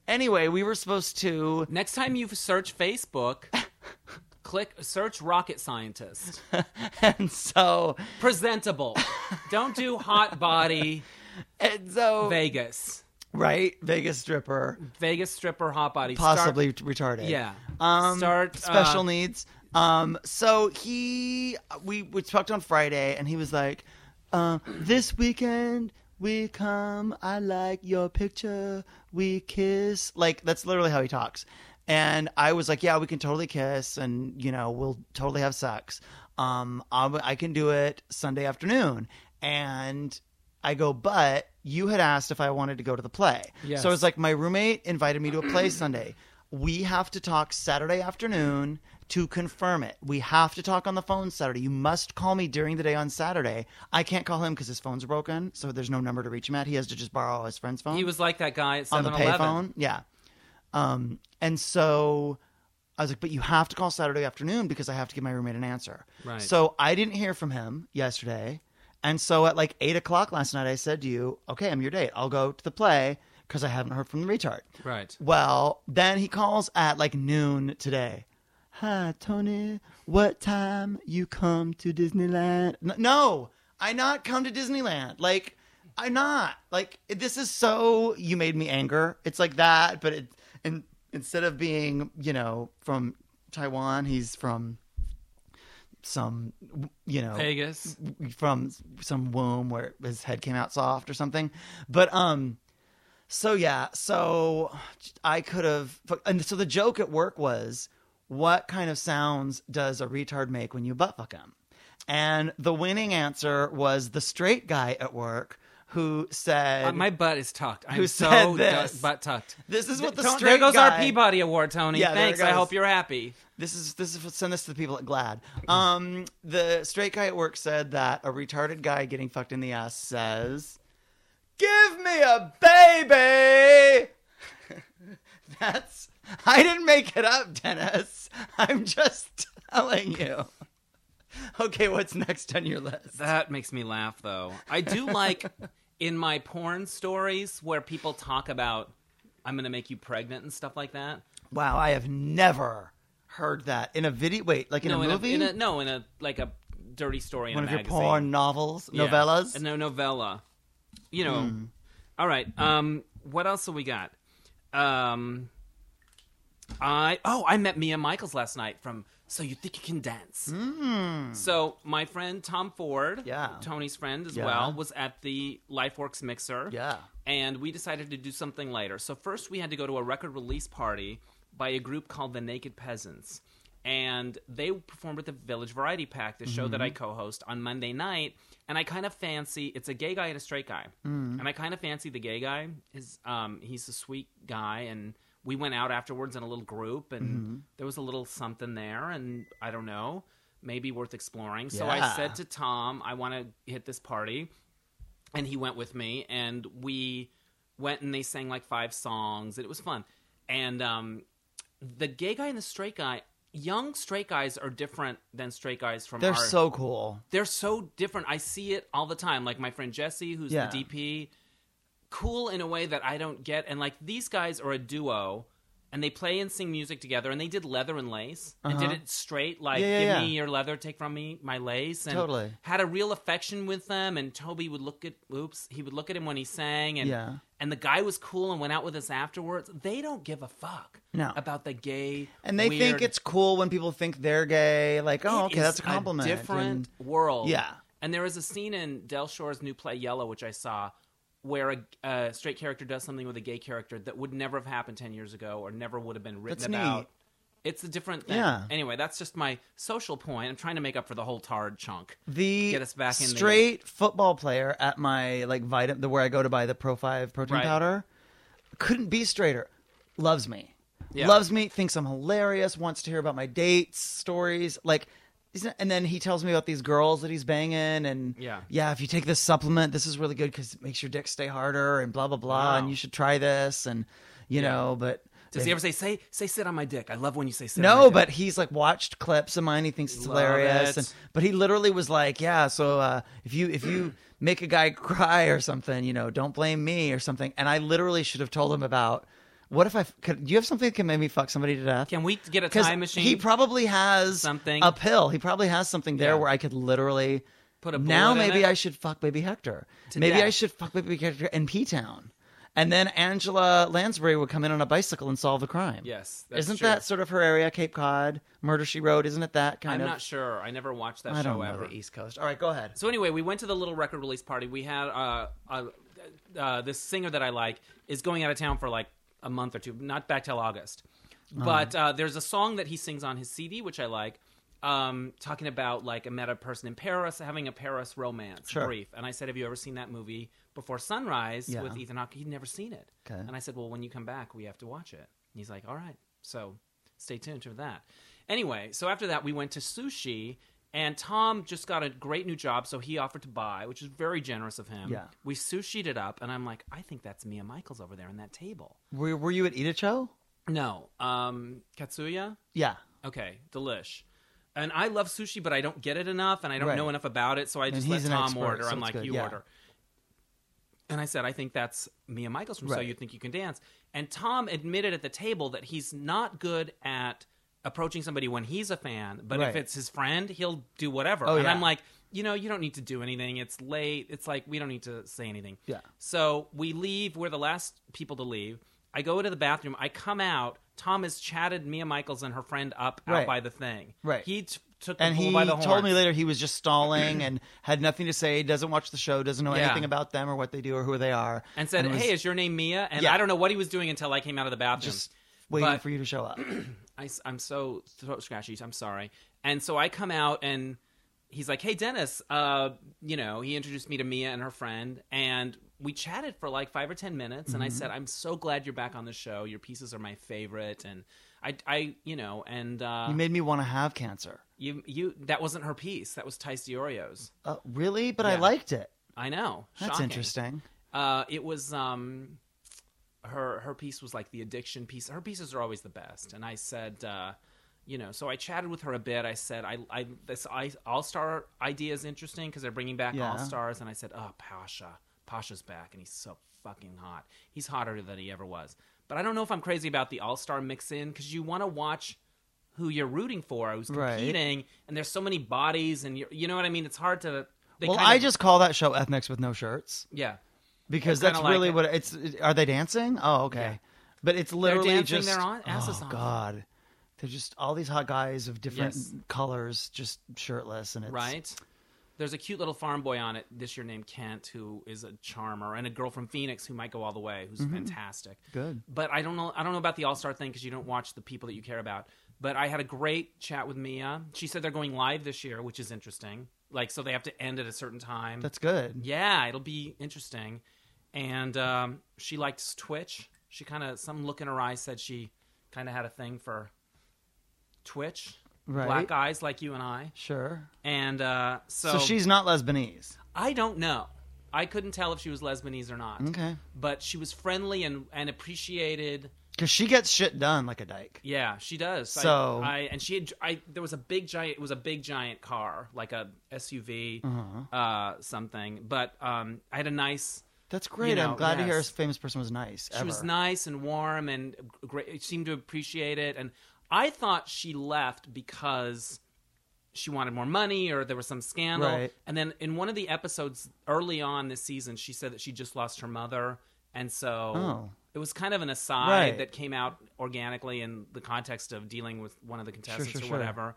anyway, we were supposed to.
next time you search Facebook, click search rocket scientist
And so,
presentable. Don't do hot body
and so,
Vegas.
right? Vegas stripper,
Vegas stripper hot body. Start-
possibly retarded.
yeah.
um,
Start,
special
uh,
needs. Um, so he we we talked on Friday, and he was like, uh, "This weekend we come. I like your picture. We kiss." Like that's literally how he talks. And I was like, "Yeah, we can totally kiss, and you know, we'll totally have sex. Um, I, I can do it Sunday afternoon." And I go, "But you had asked if I wanted to go to the play,
Yes.
so I was like, my roommate invited me to a play Sunday. We have to talk Saturday afternoon to confirm it. We have to talk on the phone Saturday. You must call me during the day on Saturday. I can't call him because his phone's broken, so there's no number to reach him at. He has to just borrow his friend's phone
He was like that guy at
on the
7 Eleven.
payphone. Yeah. Um, and so I was like, but you have to call Saturday afternoon because I have to give my roommate an answer.
Right.
So I didn't hear from him yesterday. And so at like eight o'clock last night, I said to you, okay, I'm your date. I'll go to the play because I haven't heard from the retard.
Right.
Well, then he calls at like noon today. Hi, Tony. What time you come to Disneyland? N- No, I not come to Disneyland. Like, I not. Like, this is so you made me anger. It's like that, but it and instead of being, you know, from Taiwan, he's from some, you know,
Vegas.
from some womb where his head came out soft or something. But um, so yeah, so I could have. And so the joke at work was, what kind of sounds does a retard make when you butt fuck him? And the winning answer was the straight guy at work who said,
Uh, my butt is tucked. I'm
Who
so
said
du-
this?
butt tucked.
"This is what the
Tony-
straight
there goes
guy."
our Peabody Award, Tony.
Yeah, there it
Thanks. I
goes.
hope you're happy.
This is this is send this to the people at Glad. Um, the straight guy at work said that a retarded guy getting fucked in the ass says, "Give me a baby." That's I didn't make it up, Dennis. I'm just telling you. Okay, what's next on your list?
That makes me laugh, though. I do like in my porn stories where people talk about I'm going to make you pregnant and stuff like that.
Wow, I have never heard that in a video. Wait, like in
no,
a movie?
In a, no, in a like a dirty story in
One
a
of your
magazine.
porn novels,
Yeah.
novellas. Hmm.
No novella. You know. All right. Um. What else have we got? Um. I oh I met Mia Michaels last night from So You Think You Can Dance. So my friend Tom Ford,
Hmm. Yeah.
Tony's friend as
Yeah.
well, was at the LifeWorks mixer.
Yeah.
And we decided to do something later. So first we had to go to a record release party by a group called the Naked Peasants. And they performed at the Village Variety Pack, the show that I co-host on Monday night. And I kind of fancy it's a gay guy and a straight guy. And I kind of fancy the gay guy. His um he's a sweet guy and we went out afterwards in a little group and there was a little something there and I don't know, maybe worth exploring. So I
Yeah.
said to Tom, I want to hit this party and he went with me and we went and they sang like five songs and it was fun and um the gay guy and the straight guy young straight guys are different than straight guys from
They're
our,
so cool.
they're so different i see it all the time like my friend jesse who's
Yeah.
the dp cool in a way that i don't get and like these guys are a duo and they play and sing music together and they did leather and lace and did
Uh-huh.
it straight like
Yeah, yeah,
give
yeah.
me your leather take from me my lace and
Totally.
had a real affection with them and Toby would look at oops, he would look at him when he sang and
Yeah.
and the guy was cool and went out with us afterwards. They don't give a fuck
No.
about the gay
And they think
weird-
it's cool when people think they're gay. Like,
It
oh, okay,
is
that's a compliment.
different
And-
world.
Yeah.
And there is a scene in Del Shore's new play Yellow which I saw where a, a straight character does something with a gay character that would never have happened 10 years ago or never would have been written
That's
about.
neat.
It's a different thing.
Yeah.
Anyway, that's just my social point. I'm trying to make up for the whole tard chunk.
the
Get us back in the-
straight football player at my like vitamin the where I go to buy the Pro Five protein
Right.
powder couldn't be straighter. Loves me,
Yeah.
loves me, thinks I'm hilarious, wants to hear about my dates, stories, like. isn't- And then he tells me about these girls that he's banging, and
Yeah.
yeah, if you take this supplement, this is really good because it makes your dick stay harder, and blah blah blah,
Wow.
and you should try this, and you know, but
Does he ever say say say sit on my dick? I love when you say sit. on my
No,
dick."
but he's like watched clips of mine. He thinks it's
Love
hilarious.
it.
And, but he literally was like, "Yeah, so uh, if you if you make a guy cry or something, you know, don't blame me or something." And I literally should have told him about what if I f- could. Do you have something that can make me fuck somebody to death?
Can we get a
'Cause
time machine?
He probably has
Something.
a pill. He probably has something there
Yeah.
where I could literally
Put a
Now
bullet in
maybe
it?
I should fuck baby Hector. maybe I
death.
should fuck baby Hector in P Town. And then Angela Lansbury would come in on a bicycle and solve the crime.
Yes, that's
isn't
true.
that sort of her area, Cape Cod, Murder She Wrote? Isn't it that kind
I'm
of?
not sure. I never watched that
I
show
don't know
ever.
the East Coast. All right, go ahead.
So anyway, we went to the little record release party. We had uh, uh, uh, this singer that I like is going out of town for like a month or two, not back till August.
Uh-huh.
But uh, there's a song that he sings on his CD, which I like, um, talking about like I met a person in Paris, having a Paris romance
Sure.
brief. And I said, "Have you ever seen that movie Before Sunrise
Yeah.
with Ethan Hawke?" He'd never seen it.
Okay.
And I said, "Well, when you come back, we have to watch it." And he's like, "All right." So stay tuned for that. Anyway, so after that, we went to sushi, and Tom just got a great new job, so he offered to buy, which is very generous of him.
Yeah.
We sushied it up, and I'm like, I think that's Mia Michaels over there on that table.
Were, were you at Itacho?
No, um, Katsuya.
Yeah.
Okay, delish. And I love sushi, but I don't get it enough, and I don't
Right.
know enough about it, so I just let
he's an
Tom
expert,
order.
so
I'm
it's
like,
good,
you
yeah.
order. And I said, I think that's Mia Michaels from So
Right.
You Think You Can Dance. And Tom admitted at the table that he's not good at approaching somebody when he's a fan, but if
Right.
it's his friend, he'll do whatever.
Oh,
and
yeah.
I'm like, you know, you don't need to do anything. It's late. It's like, we don't need to say anything.
Yeah.
So we leave. We're the last people to leave. I go to the bathroom. I come out. Tom has chatted Mia Michaels and her friend up out
Right.
by the thing.
Right.
He t- took the
and
bull
he
by the horns.
told me later he was just stalling and had nothing to say. Doesn't watch the show. Doesn't know
Yeah.
anything about them or what they do or who they are.
and said,
was
"Hey, is your name Mia?" And
Yeah.
I don't know what he was doing until I came out of the bathroom.
just waiting
but-
for you to show up."
I, am so throat scratchy. I'm sorry. And so I come out and he's like, hey, Dennis, uh, you know, he introduced me to Mia and her friend. And we chatted for like five or 10 minutes. And I
Mm-hmm.
said, I'm so glad you're back on the show. Your pieces are my favorite. And I, I you know, and uh,
you made me want to have cancer.
you, you, that wasn't her piece. That was Tice Diorio's.
Uh, really? But I
Yeah.
liked it.
I know.
That's
Shocking.
interesting.
Uh, it was um, her her piece was like the addiction piece. Her pieces are always the best. And I said, uh, you know, so I chatted with her a bit. I said, I I this I All Star idea is interesting because they're bringing back
Yeah.
All Stars. And I said, oh Pasha, Pasha's back, and he's so fucking hot. He's hotter than he ever was. But I don't know if I'm crazy about the All Star mix in because you want to watch who you're rooting for, who's
Right.
competing, and there's so many bodies, and you you know what I mean. It's hard to. They
Well,
kind
I
of-
just call that show "Ethnics with No Shirts"
yeah.
because
I kinda
that's
like
really
it.
what it's. Are they dancing? Oh, okay.
Yeah.
But it's literally
dancing,
just
they're on- asses
oh
on.
god, they're just all these hot guys of different
Yes.
colors, just shirtless, and it's
right? There's a cute little farm boy on it this year named Kent, who is a charmer, and a girl from Phoenix who might go all the way, who's fantastic.
Mm-hmm. Good.
But I don't know. I don't know about the All Star thing because you don't watch the people that you care about. But I had a great chat with Mia. She said they're going live this year, which is interesting. Like, so they have to end at a certain time.
That's good.
yeah, it'll be interesting. And um, she likes Twitch. She kind of some look in her eyes said she kind of had a thing for Twitch,
Right.
black eyes like you and I.
Sure.
And uh, so,
So, she's not Lesbanese.
I don't know. I couldn't tell if she was Lesbanese or not.
Okay.
But she was friendly and, and appreciated.
Because she gets shit done like a dyke.
Yeah, she does.
So-
I, I and she had, I there was a big giant it was a big giant car like a SUV
Uh-huh.
uh something. But um I had a nice
That's great.
know,
I'm glad to hear a
yes.
famous person was nice.
she was nice and warm and great seemed to appreciate it and I thought she left because she wanted more money or there was some scandal.
Right.
And then in one of the episodes early on this season, she said that she just lost her mother. And so
Oh.
it was kind of an aside
Right.
that came out organically in the context of dealing with one of the contestants
sure,
or
sure.
whatever.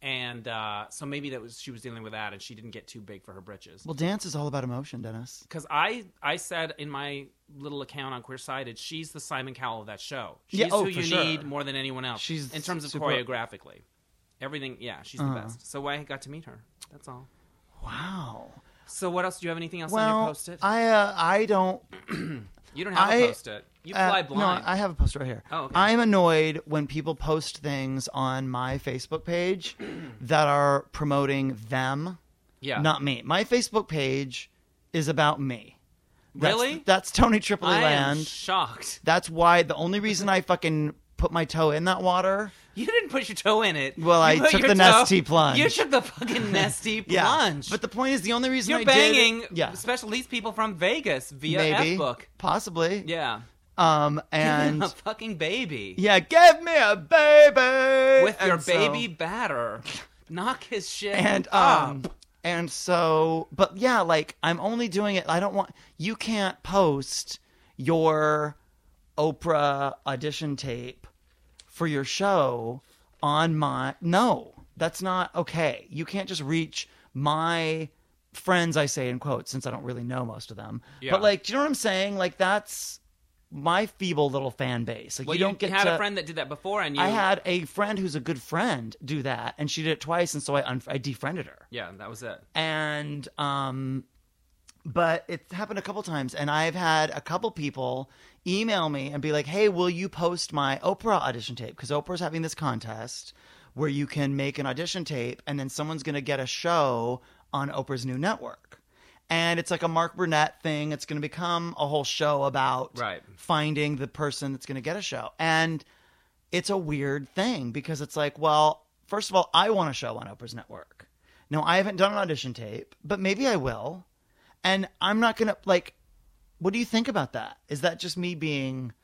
And uh, so maybe that was she was dealing with that and she didn't get too big for her britches.
Well, dance is all about emotion, Dennis.
Because I, I said in my little account on Queer Sided, she's the Simon Cowell of that show. She's
Yeah, oh,
who
for
you
sure.
need more than anyone else.
She's
in terms of
super-
choreographically, everything. Yeah, she's the
Uh-huh.
best. So I got to meet her. That's all.
Wow.
So what else? Do you have anything else on your
Well,
post-it?
I uh, I don't.
you don't have a
I-
post-it. You
uh,
fly blind.
No, I have a post right here.
Oh, okay.
I'm annoyed when people post things on my Facebook page that are promoting them,
yeah.
not me. My Facebook page is about me. That's-
Really?
That's, Tony Tripoli
I am
Land.
shocked.
That's why the only reason I fucking put my toe in that water
You didn't put your toe in it.
Well,
You
I
put
took
your
the
toe-
nasty plunge.
You took the fucking nasty plunge.
But the point is, the only reason
you're
I
banging
did, yeah,
special needs people from Vegas via
maybe,
F book.
possibly,
Yeah.
Um,
And
and
a fucking baby.
yeah, give me a baby
With your
And so-
baby batter. Knock his shit
and um,
up.
and so, but yeah, like I'm only doing it. I don't want you can't post your Oprah audition tape for your show on my no. That's not okay. You can't just reach my friends. I say in quotes since I don't really know most of them.
Yeah.
But like, do you know what I'm saying? Like that's my feeble little fan base. Like
Well,
you don't get
had
to,
a friend that did that before, and you.
I had a friend who's a good friend do that, and she did it twice, and so I un- I defriended her.
Yeah, that was it.
And um, but it's happened a couple times, and I've had a couple people email me and be like, "Hey, will you post my Oprah audition tape? Because Oprah's having this contest where you can make an audition tape, and then someone's going to get a show on Oprah's new network." And it's like a Mark Burnett thing. It's going to become a whole show about
Right.
finding the person that's going to get a show. And it's a weird thing because it's like, well, first of all, I want a show on Oprah's network. No, I haven't done an audition tape, but maybe I will. And I'm not going to, like, what do you think about that? Is that just me being,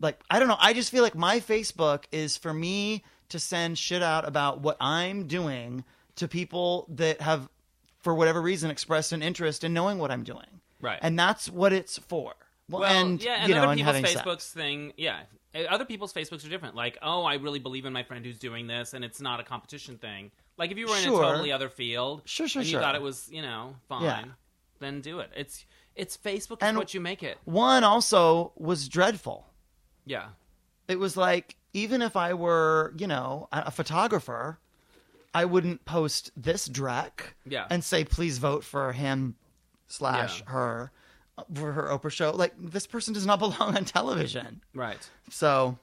like, I don't know. I just feel like my Facebook is for me to send shit out about what I'm doing to people that have, for whatever reason, expressed an interest in knowing what I'm doing.
Right.
And that's what it's for. Well,
Well,
and,
yeah, and
you know,
other
and
people's
having sex.
Facebook's thing. Yeah, eh, Other people's Facebooks are different. Like, oh, I really believe in my friend who's doing this, and it's not a competition thing. Like, if you were in
Sure.
a totally other field,
Sure, sure,
and you
sure.
thought it was, you know, fine,
Yeah.
then do it. It's it's Facebook. It's
And-
what you make it.
One also was dreadful.
Yeah.
It was like, even if I were, you know, a, a photographer, I wouldn't post this dreck
Yeah.
and say, please vote for him slash
Yeah.
her uh, for her Oprah show. Like, this person does not belong on television.
Right.
So,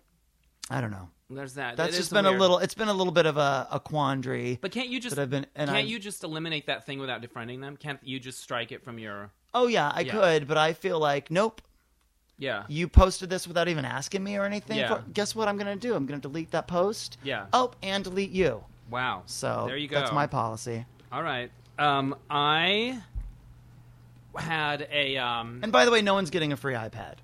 I don't know.
There's that.
That's
It
just
is
been
weird.
a little, it's been a little bit of a, a quandary.
But can't you just
that I've been- and
can't
I'm-
you just eliminate that thing without defriending them? Can't you just strike it from your
oh, yeah, I
Yeah.
could, but I feel like, nope,
yeah
you posted this without even asking me or anything.
Yeah.
For, guess what I'm going to do? I'm going to delete that post.
Yeah.
Oh, and delete you.
wow
So
there you go
That's my policy.
all right um I had a um
And by the way, no one's getting a free iPad.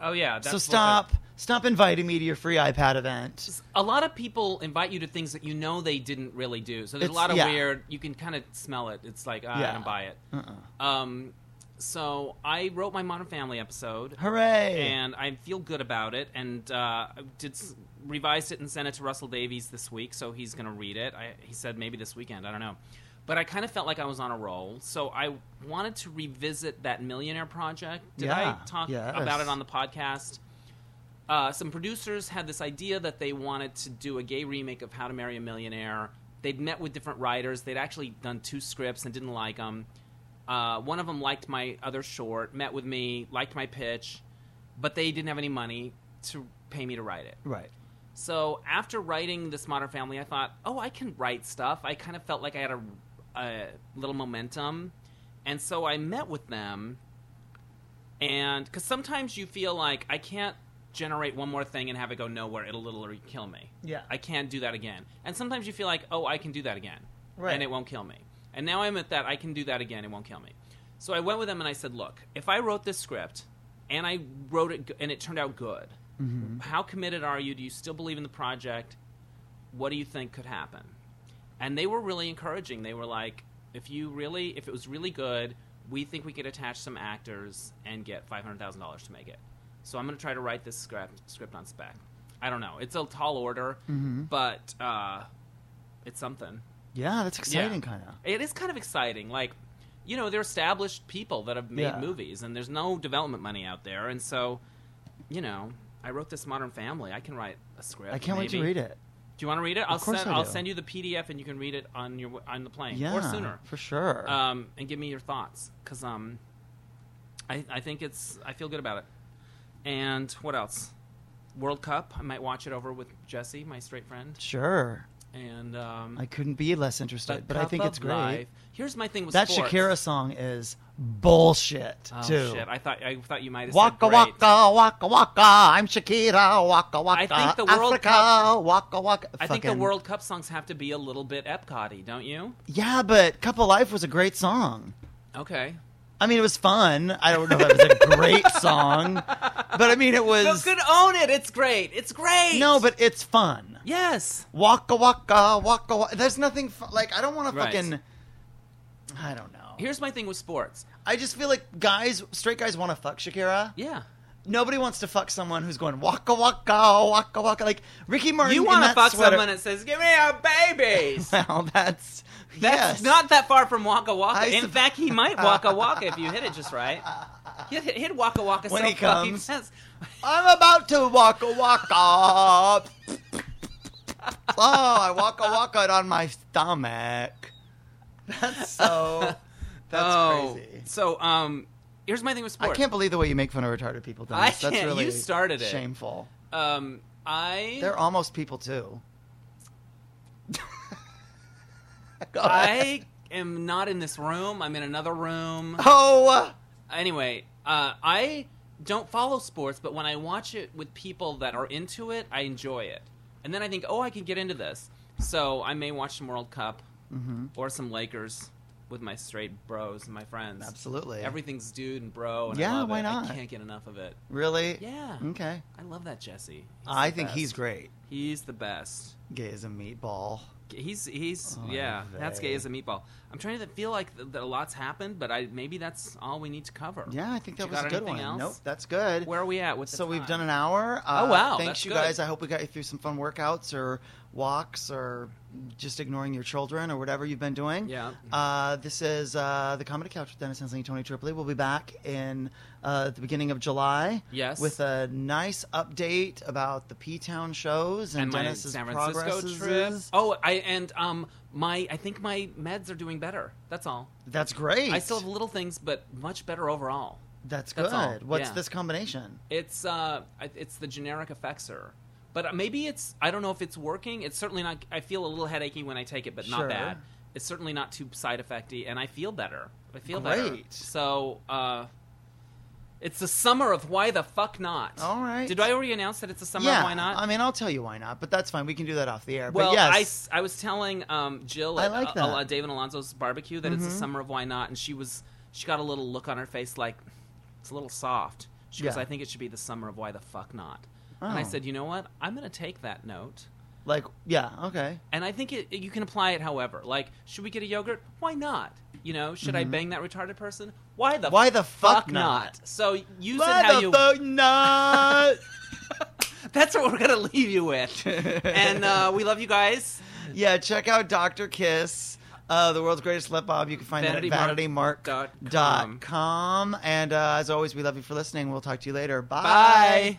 oh yeah that's
so
bullshit.
stop, stop inviting me to your free iPad event.
a lot of people invite you to things that you know they didn't really do. So there's
It's-
a lot of
yeah.
weird. You can kind of smell it. It's like ah,
Yeah.
I don't buy it.
Uh-uh.
Um, so I wrote my Modern Family episode,
Hooray!
and I feel good about it. And uh, I did s- revised it and sent it to Russell Davies this week, so he's going to read it. I, he said maybe this weekend. I don't know. But I kind of felt like I was on a roll, so I wanted to revisit that millionaire project. Did
Yeah.
I talk
Yes.
about it on the podcast? uh, some producers had this idea that they wanted to do a gay remake of How to Marry a Millionaire. They'd met with different writers. They'd actually done two scripts and didn't like them. Uh, one of them liked my other short, met with me, liked my pitch, but they didn't have any money to pay me to write it.
right.
So after writing this Modern Family, I thought, oh, I can write stuff. I kind of felt like I had a, a little momentum, and so I met with them, and because sometimes you feel like I can't generate one more thing and have it go nowhere. It'll literally kill me.
Yeah.
I can't do that again. And sometimes you feel like, oh, I can do that again,
Right.
and it won't kill me. And now I'm at that I can do that again. It won't kill me. So I went with them and I said, look, if I wrote this script and I wrote it g- and it turned out good,
Mm-hmm.
how committed are you? Do you still believe in the project? What do you think could happen? And they were really encouraging. They were like, if you really, if it was really good, we think we could attach some actors and get five hundred thousand dollars to make it. So I'm going to try to write this script script on spec. I don't know. It's a tall order,
Mm-hmm.
but uh, it's something.
Yeah, that's exciting,
Yeah.
kind of.
It is kind of exciting. Like, you know, they're established people that have made
Yeah.
movies, and there's no development money out there. And so, you know, I wrote this Modern Family. I can write a script.
I can't wait to
maybe.
read it.
Do you want to read it? I'll
course
send.
I
will
do.
send you the PDF, and you can read it on your on the plane
Yeah,
or sooner.
for sure.
Um, and give me your thoughts, because um, I I think it's I feel good about it. And what else? World Cup. I might watch it over with Jesse, my straight friend.
sure.
And um,
I couldn't be less
the
interested, but I
Cup
think
of
it's great.
Life. Here's my thing with
That
sports.
Shakira song is bullshit
Oh
too.
shit! I thought I thought you might have
Waka
said
waka
great.
waka waka. I'm Shakira. Waka waka.
think the World
Africa.
Cup-
Waka waka.
I think the
Fucking-
World Cup songs have to be a little bit Epcot-y, don't you?
Yeah, but "Cup of Life" was a great song.
Okay.
I mean, it was fun. I don't know if it was a great song, but I mean, it
No,
was
good. Own it. It's great. It's great.
no, but it's fun.
yes.
Waka waka waka. waka. There's nothing fu- like I don't want
Right.
to fucking. I don't know.
Here's my thing with sports.
I just feel like guys, straight guys, want to fuck Shakira.
Yeah.
Nobody wants to fuck someone who's going waka waka waka waka. Like Ricky Martin.
You
want to
fuck
sweater,
someone that says, "Give me our babies." That's
Well, that's yes.
not that far from Waka Waka.
I
In
sup-
fact, he might Waka Waka if you hit it just right. He'd, he'd Waka Waka
When
so
he
fucking
comes.
fast.
I'm about to waka waka. oh, I waka waka it on my stomach. That's so. That's
oh,
crazy.
So, um, here's my thing with
I
sports.
can't believe the way you make fun of retarded people. Dennis.
I
That's
can't.
really
You started it.
Shameful.
Um, I
They're almost people too. Go ahead.
I am not in this room. I'm in another room.
Oh.
Anyway, uh, I don't follow sports, but when I watch it with people that are into it, I enjoy it. And then I think, oh, I can get into this. So I may watch some World Cup
Mm-hmm.
or some Lakers with my straight bros and my friends.
Absolutely.
Everything's dude and bro. And I
Yeah,
love
why
it.
not?
I can't get enough of it.
Really?
Yeah.
Okay.
I love that Jesse. He's
I
the
think
best.
he's great.
He's the best.
Gay as a meatball.
He's he's
Oh,
yeah.
they.
That's gay as a meatball. I'm trying to feel like th- that a lot's happened, but I maybe that's all we need to cover.
Yeah, I think that
You
was a
got
good one.
anything else?
Nope, that's good.
Where are we at with? The
so we've
time?
done an hour. Uh,
Oh, wow,
Thanks,
that's
you
good.
guys. I hope we got you through some fun workouts or walks or just ignoring your children or whatever you've been doing.
Yeah.
Uh, this is uh, the Comedy Couch with Dennis Hensley and Tony Tripoli. We'll be back in uh, the beginning of July.
Yes.
With a nice update about the P Town shows and,
and my
Dennis's
San Francisco trip.
progresses.
Oh, I and um my I think my meds are doing better. That's all.
That's great.
I still have little things, but much better overall.
That's good.
that's all.
What's
Yeah.
this combination?
It's uh, I- it's the generic effexor, but uh, maybe it's I don't know if it's working. It's certainly not. I feel a little headachy when I take it, but not
Sure.
bad. It's certainly not too side effecty, and I feel better. I feel better.
Great.
So uh, it's the summer of why the fuck not.
All right.
Did I already announce that it's the summer
yeah.
of why not?
I mean, I'll tell you why not, but that's fine. We can do that off the air.
Well,
but yes.
I s- I, was telling um, Jill
I
at
like
uh,
that. Mm-hmm.
uh, Dave and Alonzo's barbecue that it's the summer of why not, and she was she got a little look on her face like it's a little soft. She goes,
Yeah.
"I think it should be the summer of why the fuck not." And I
Oh.
said, "You know what? I'm going to take that note."
Like, yeah, okay.
And I think it, you can apply it however. Like, should we get a yogurt? Why not? You know, should I bang that retarded person? Why the
Mm-hmm. Why the fuck
not?
not?
So use it how
Why the
you
fuck not?
That's what we're going to leave you with. and uh, we love you guys.
yeah, check out Dr. Kiss, uh, the world's greatest lip bob. You can find that at
VanityMark
vanitymark.com.
dot com.
And uh, as always, we love you for listening. We'll talk to you later.
Bye.
Bye.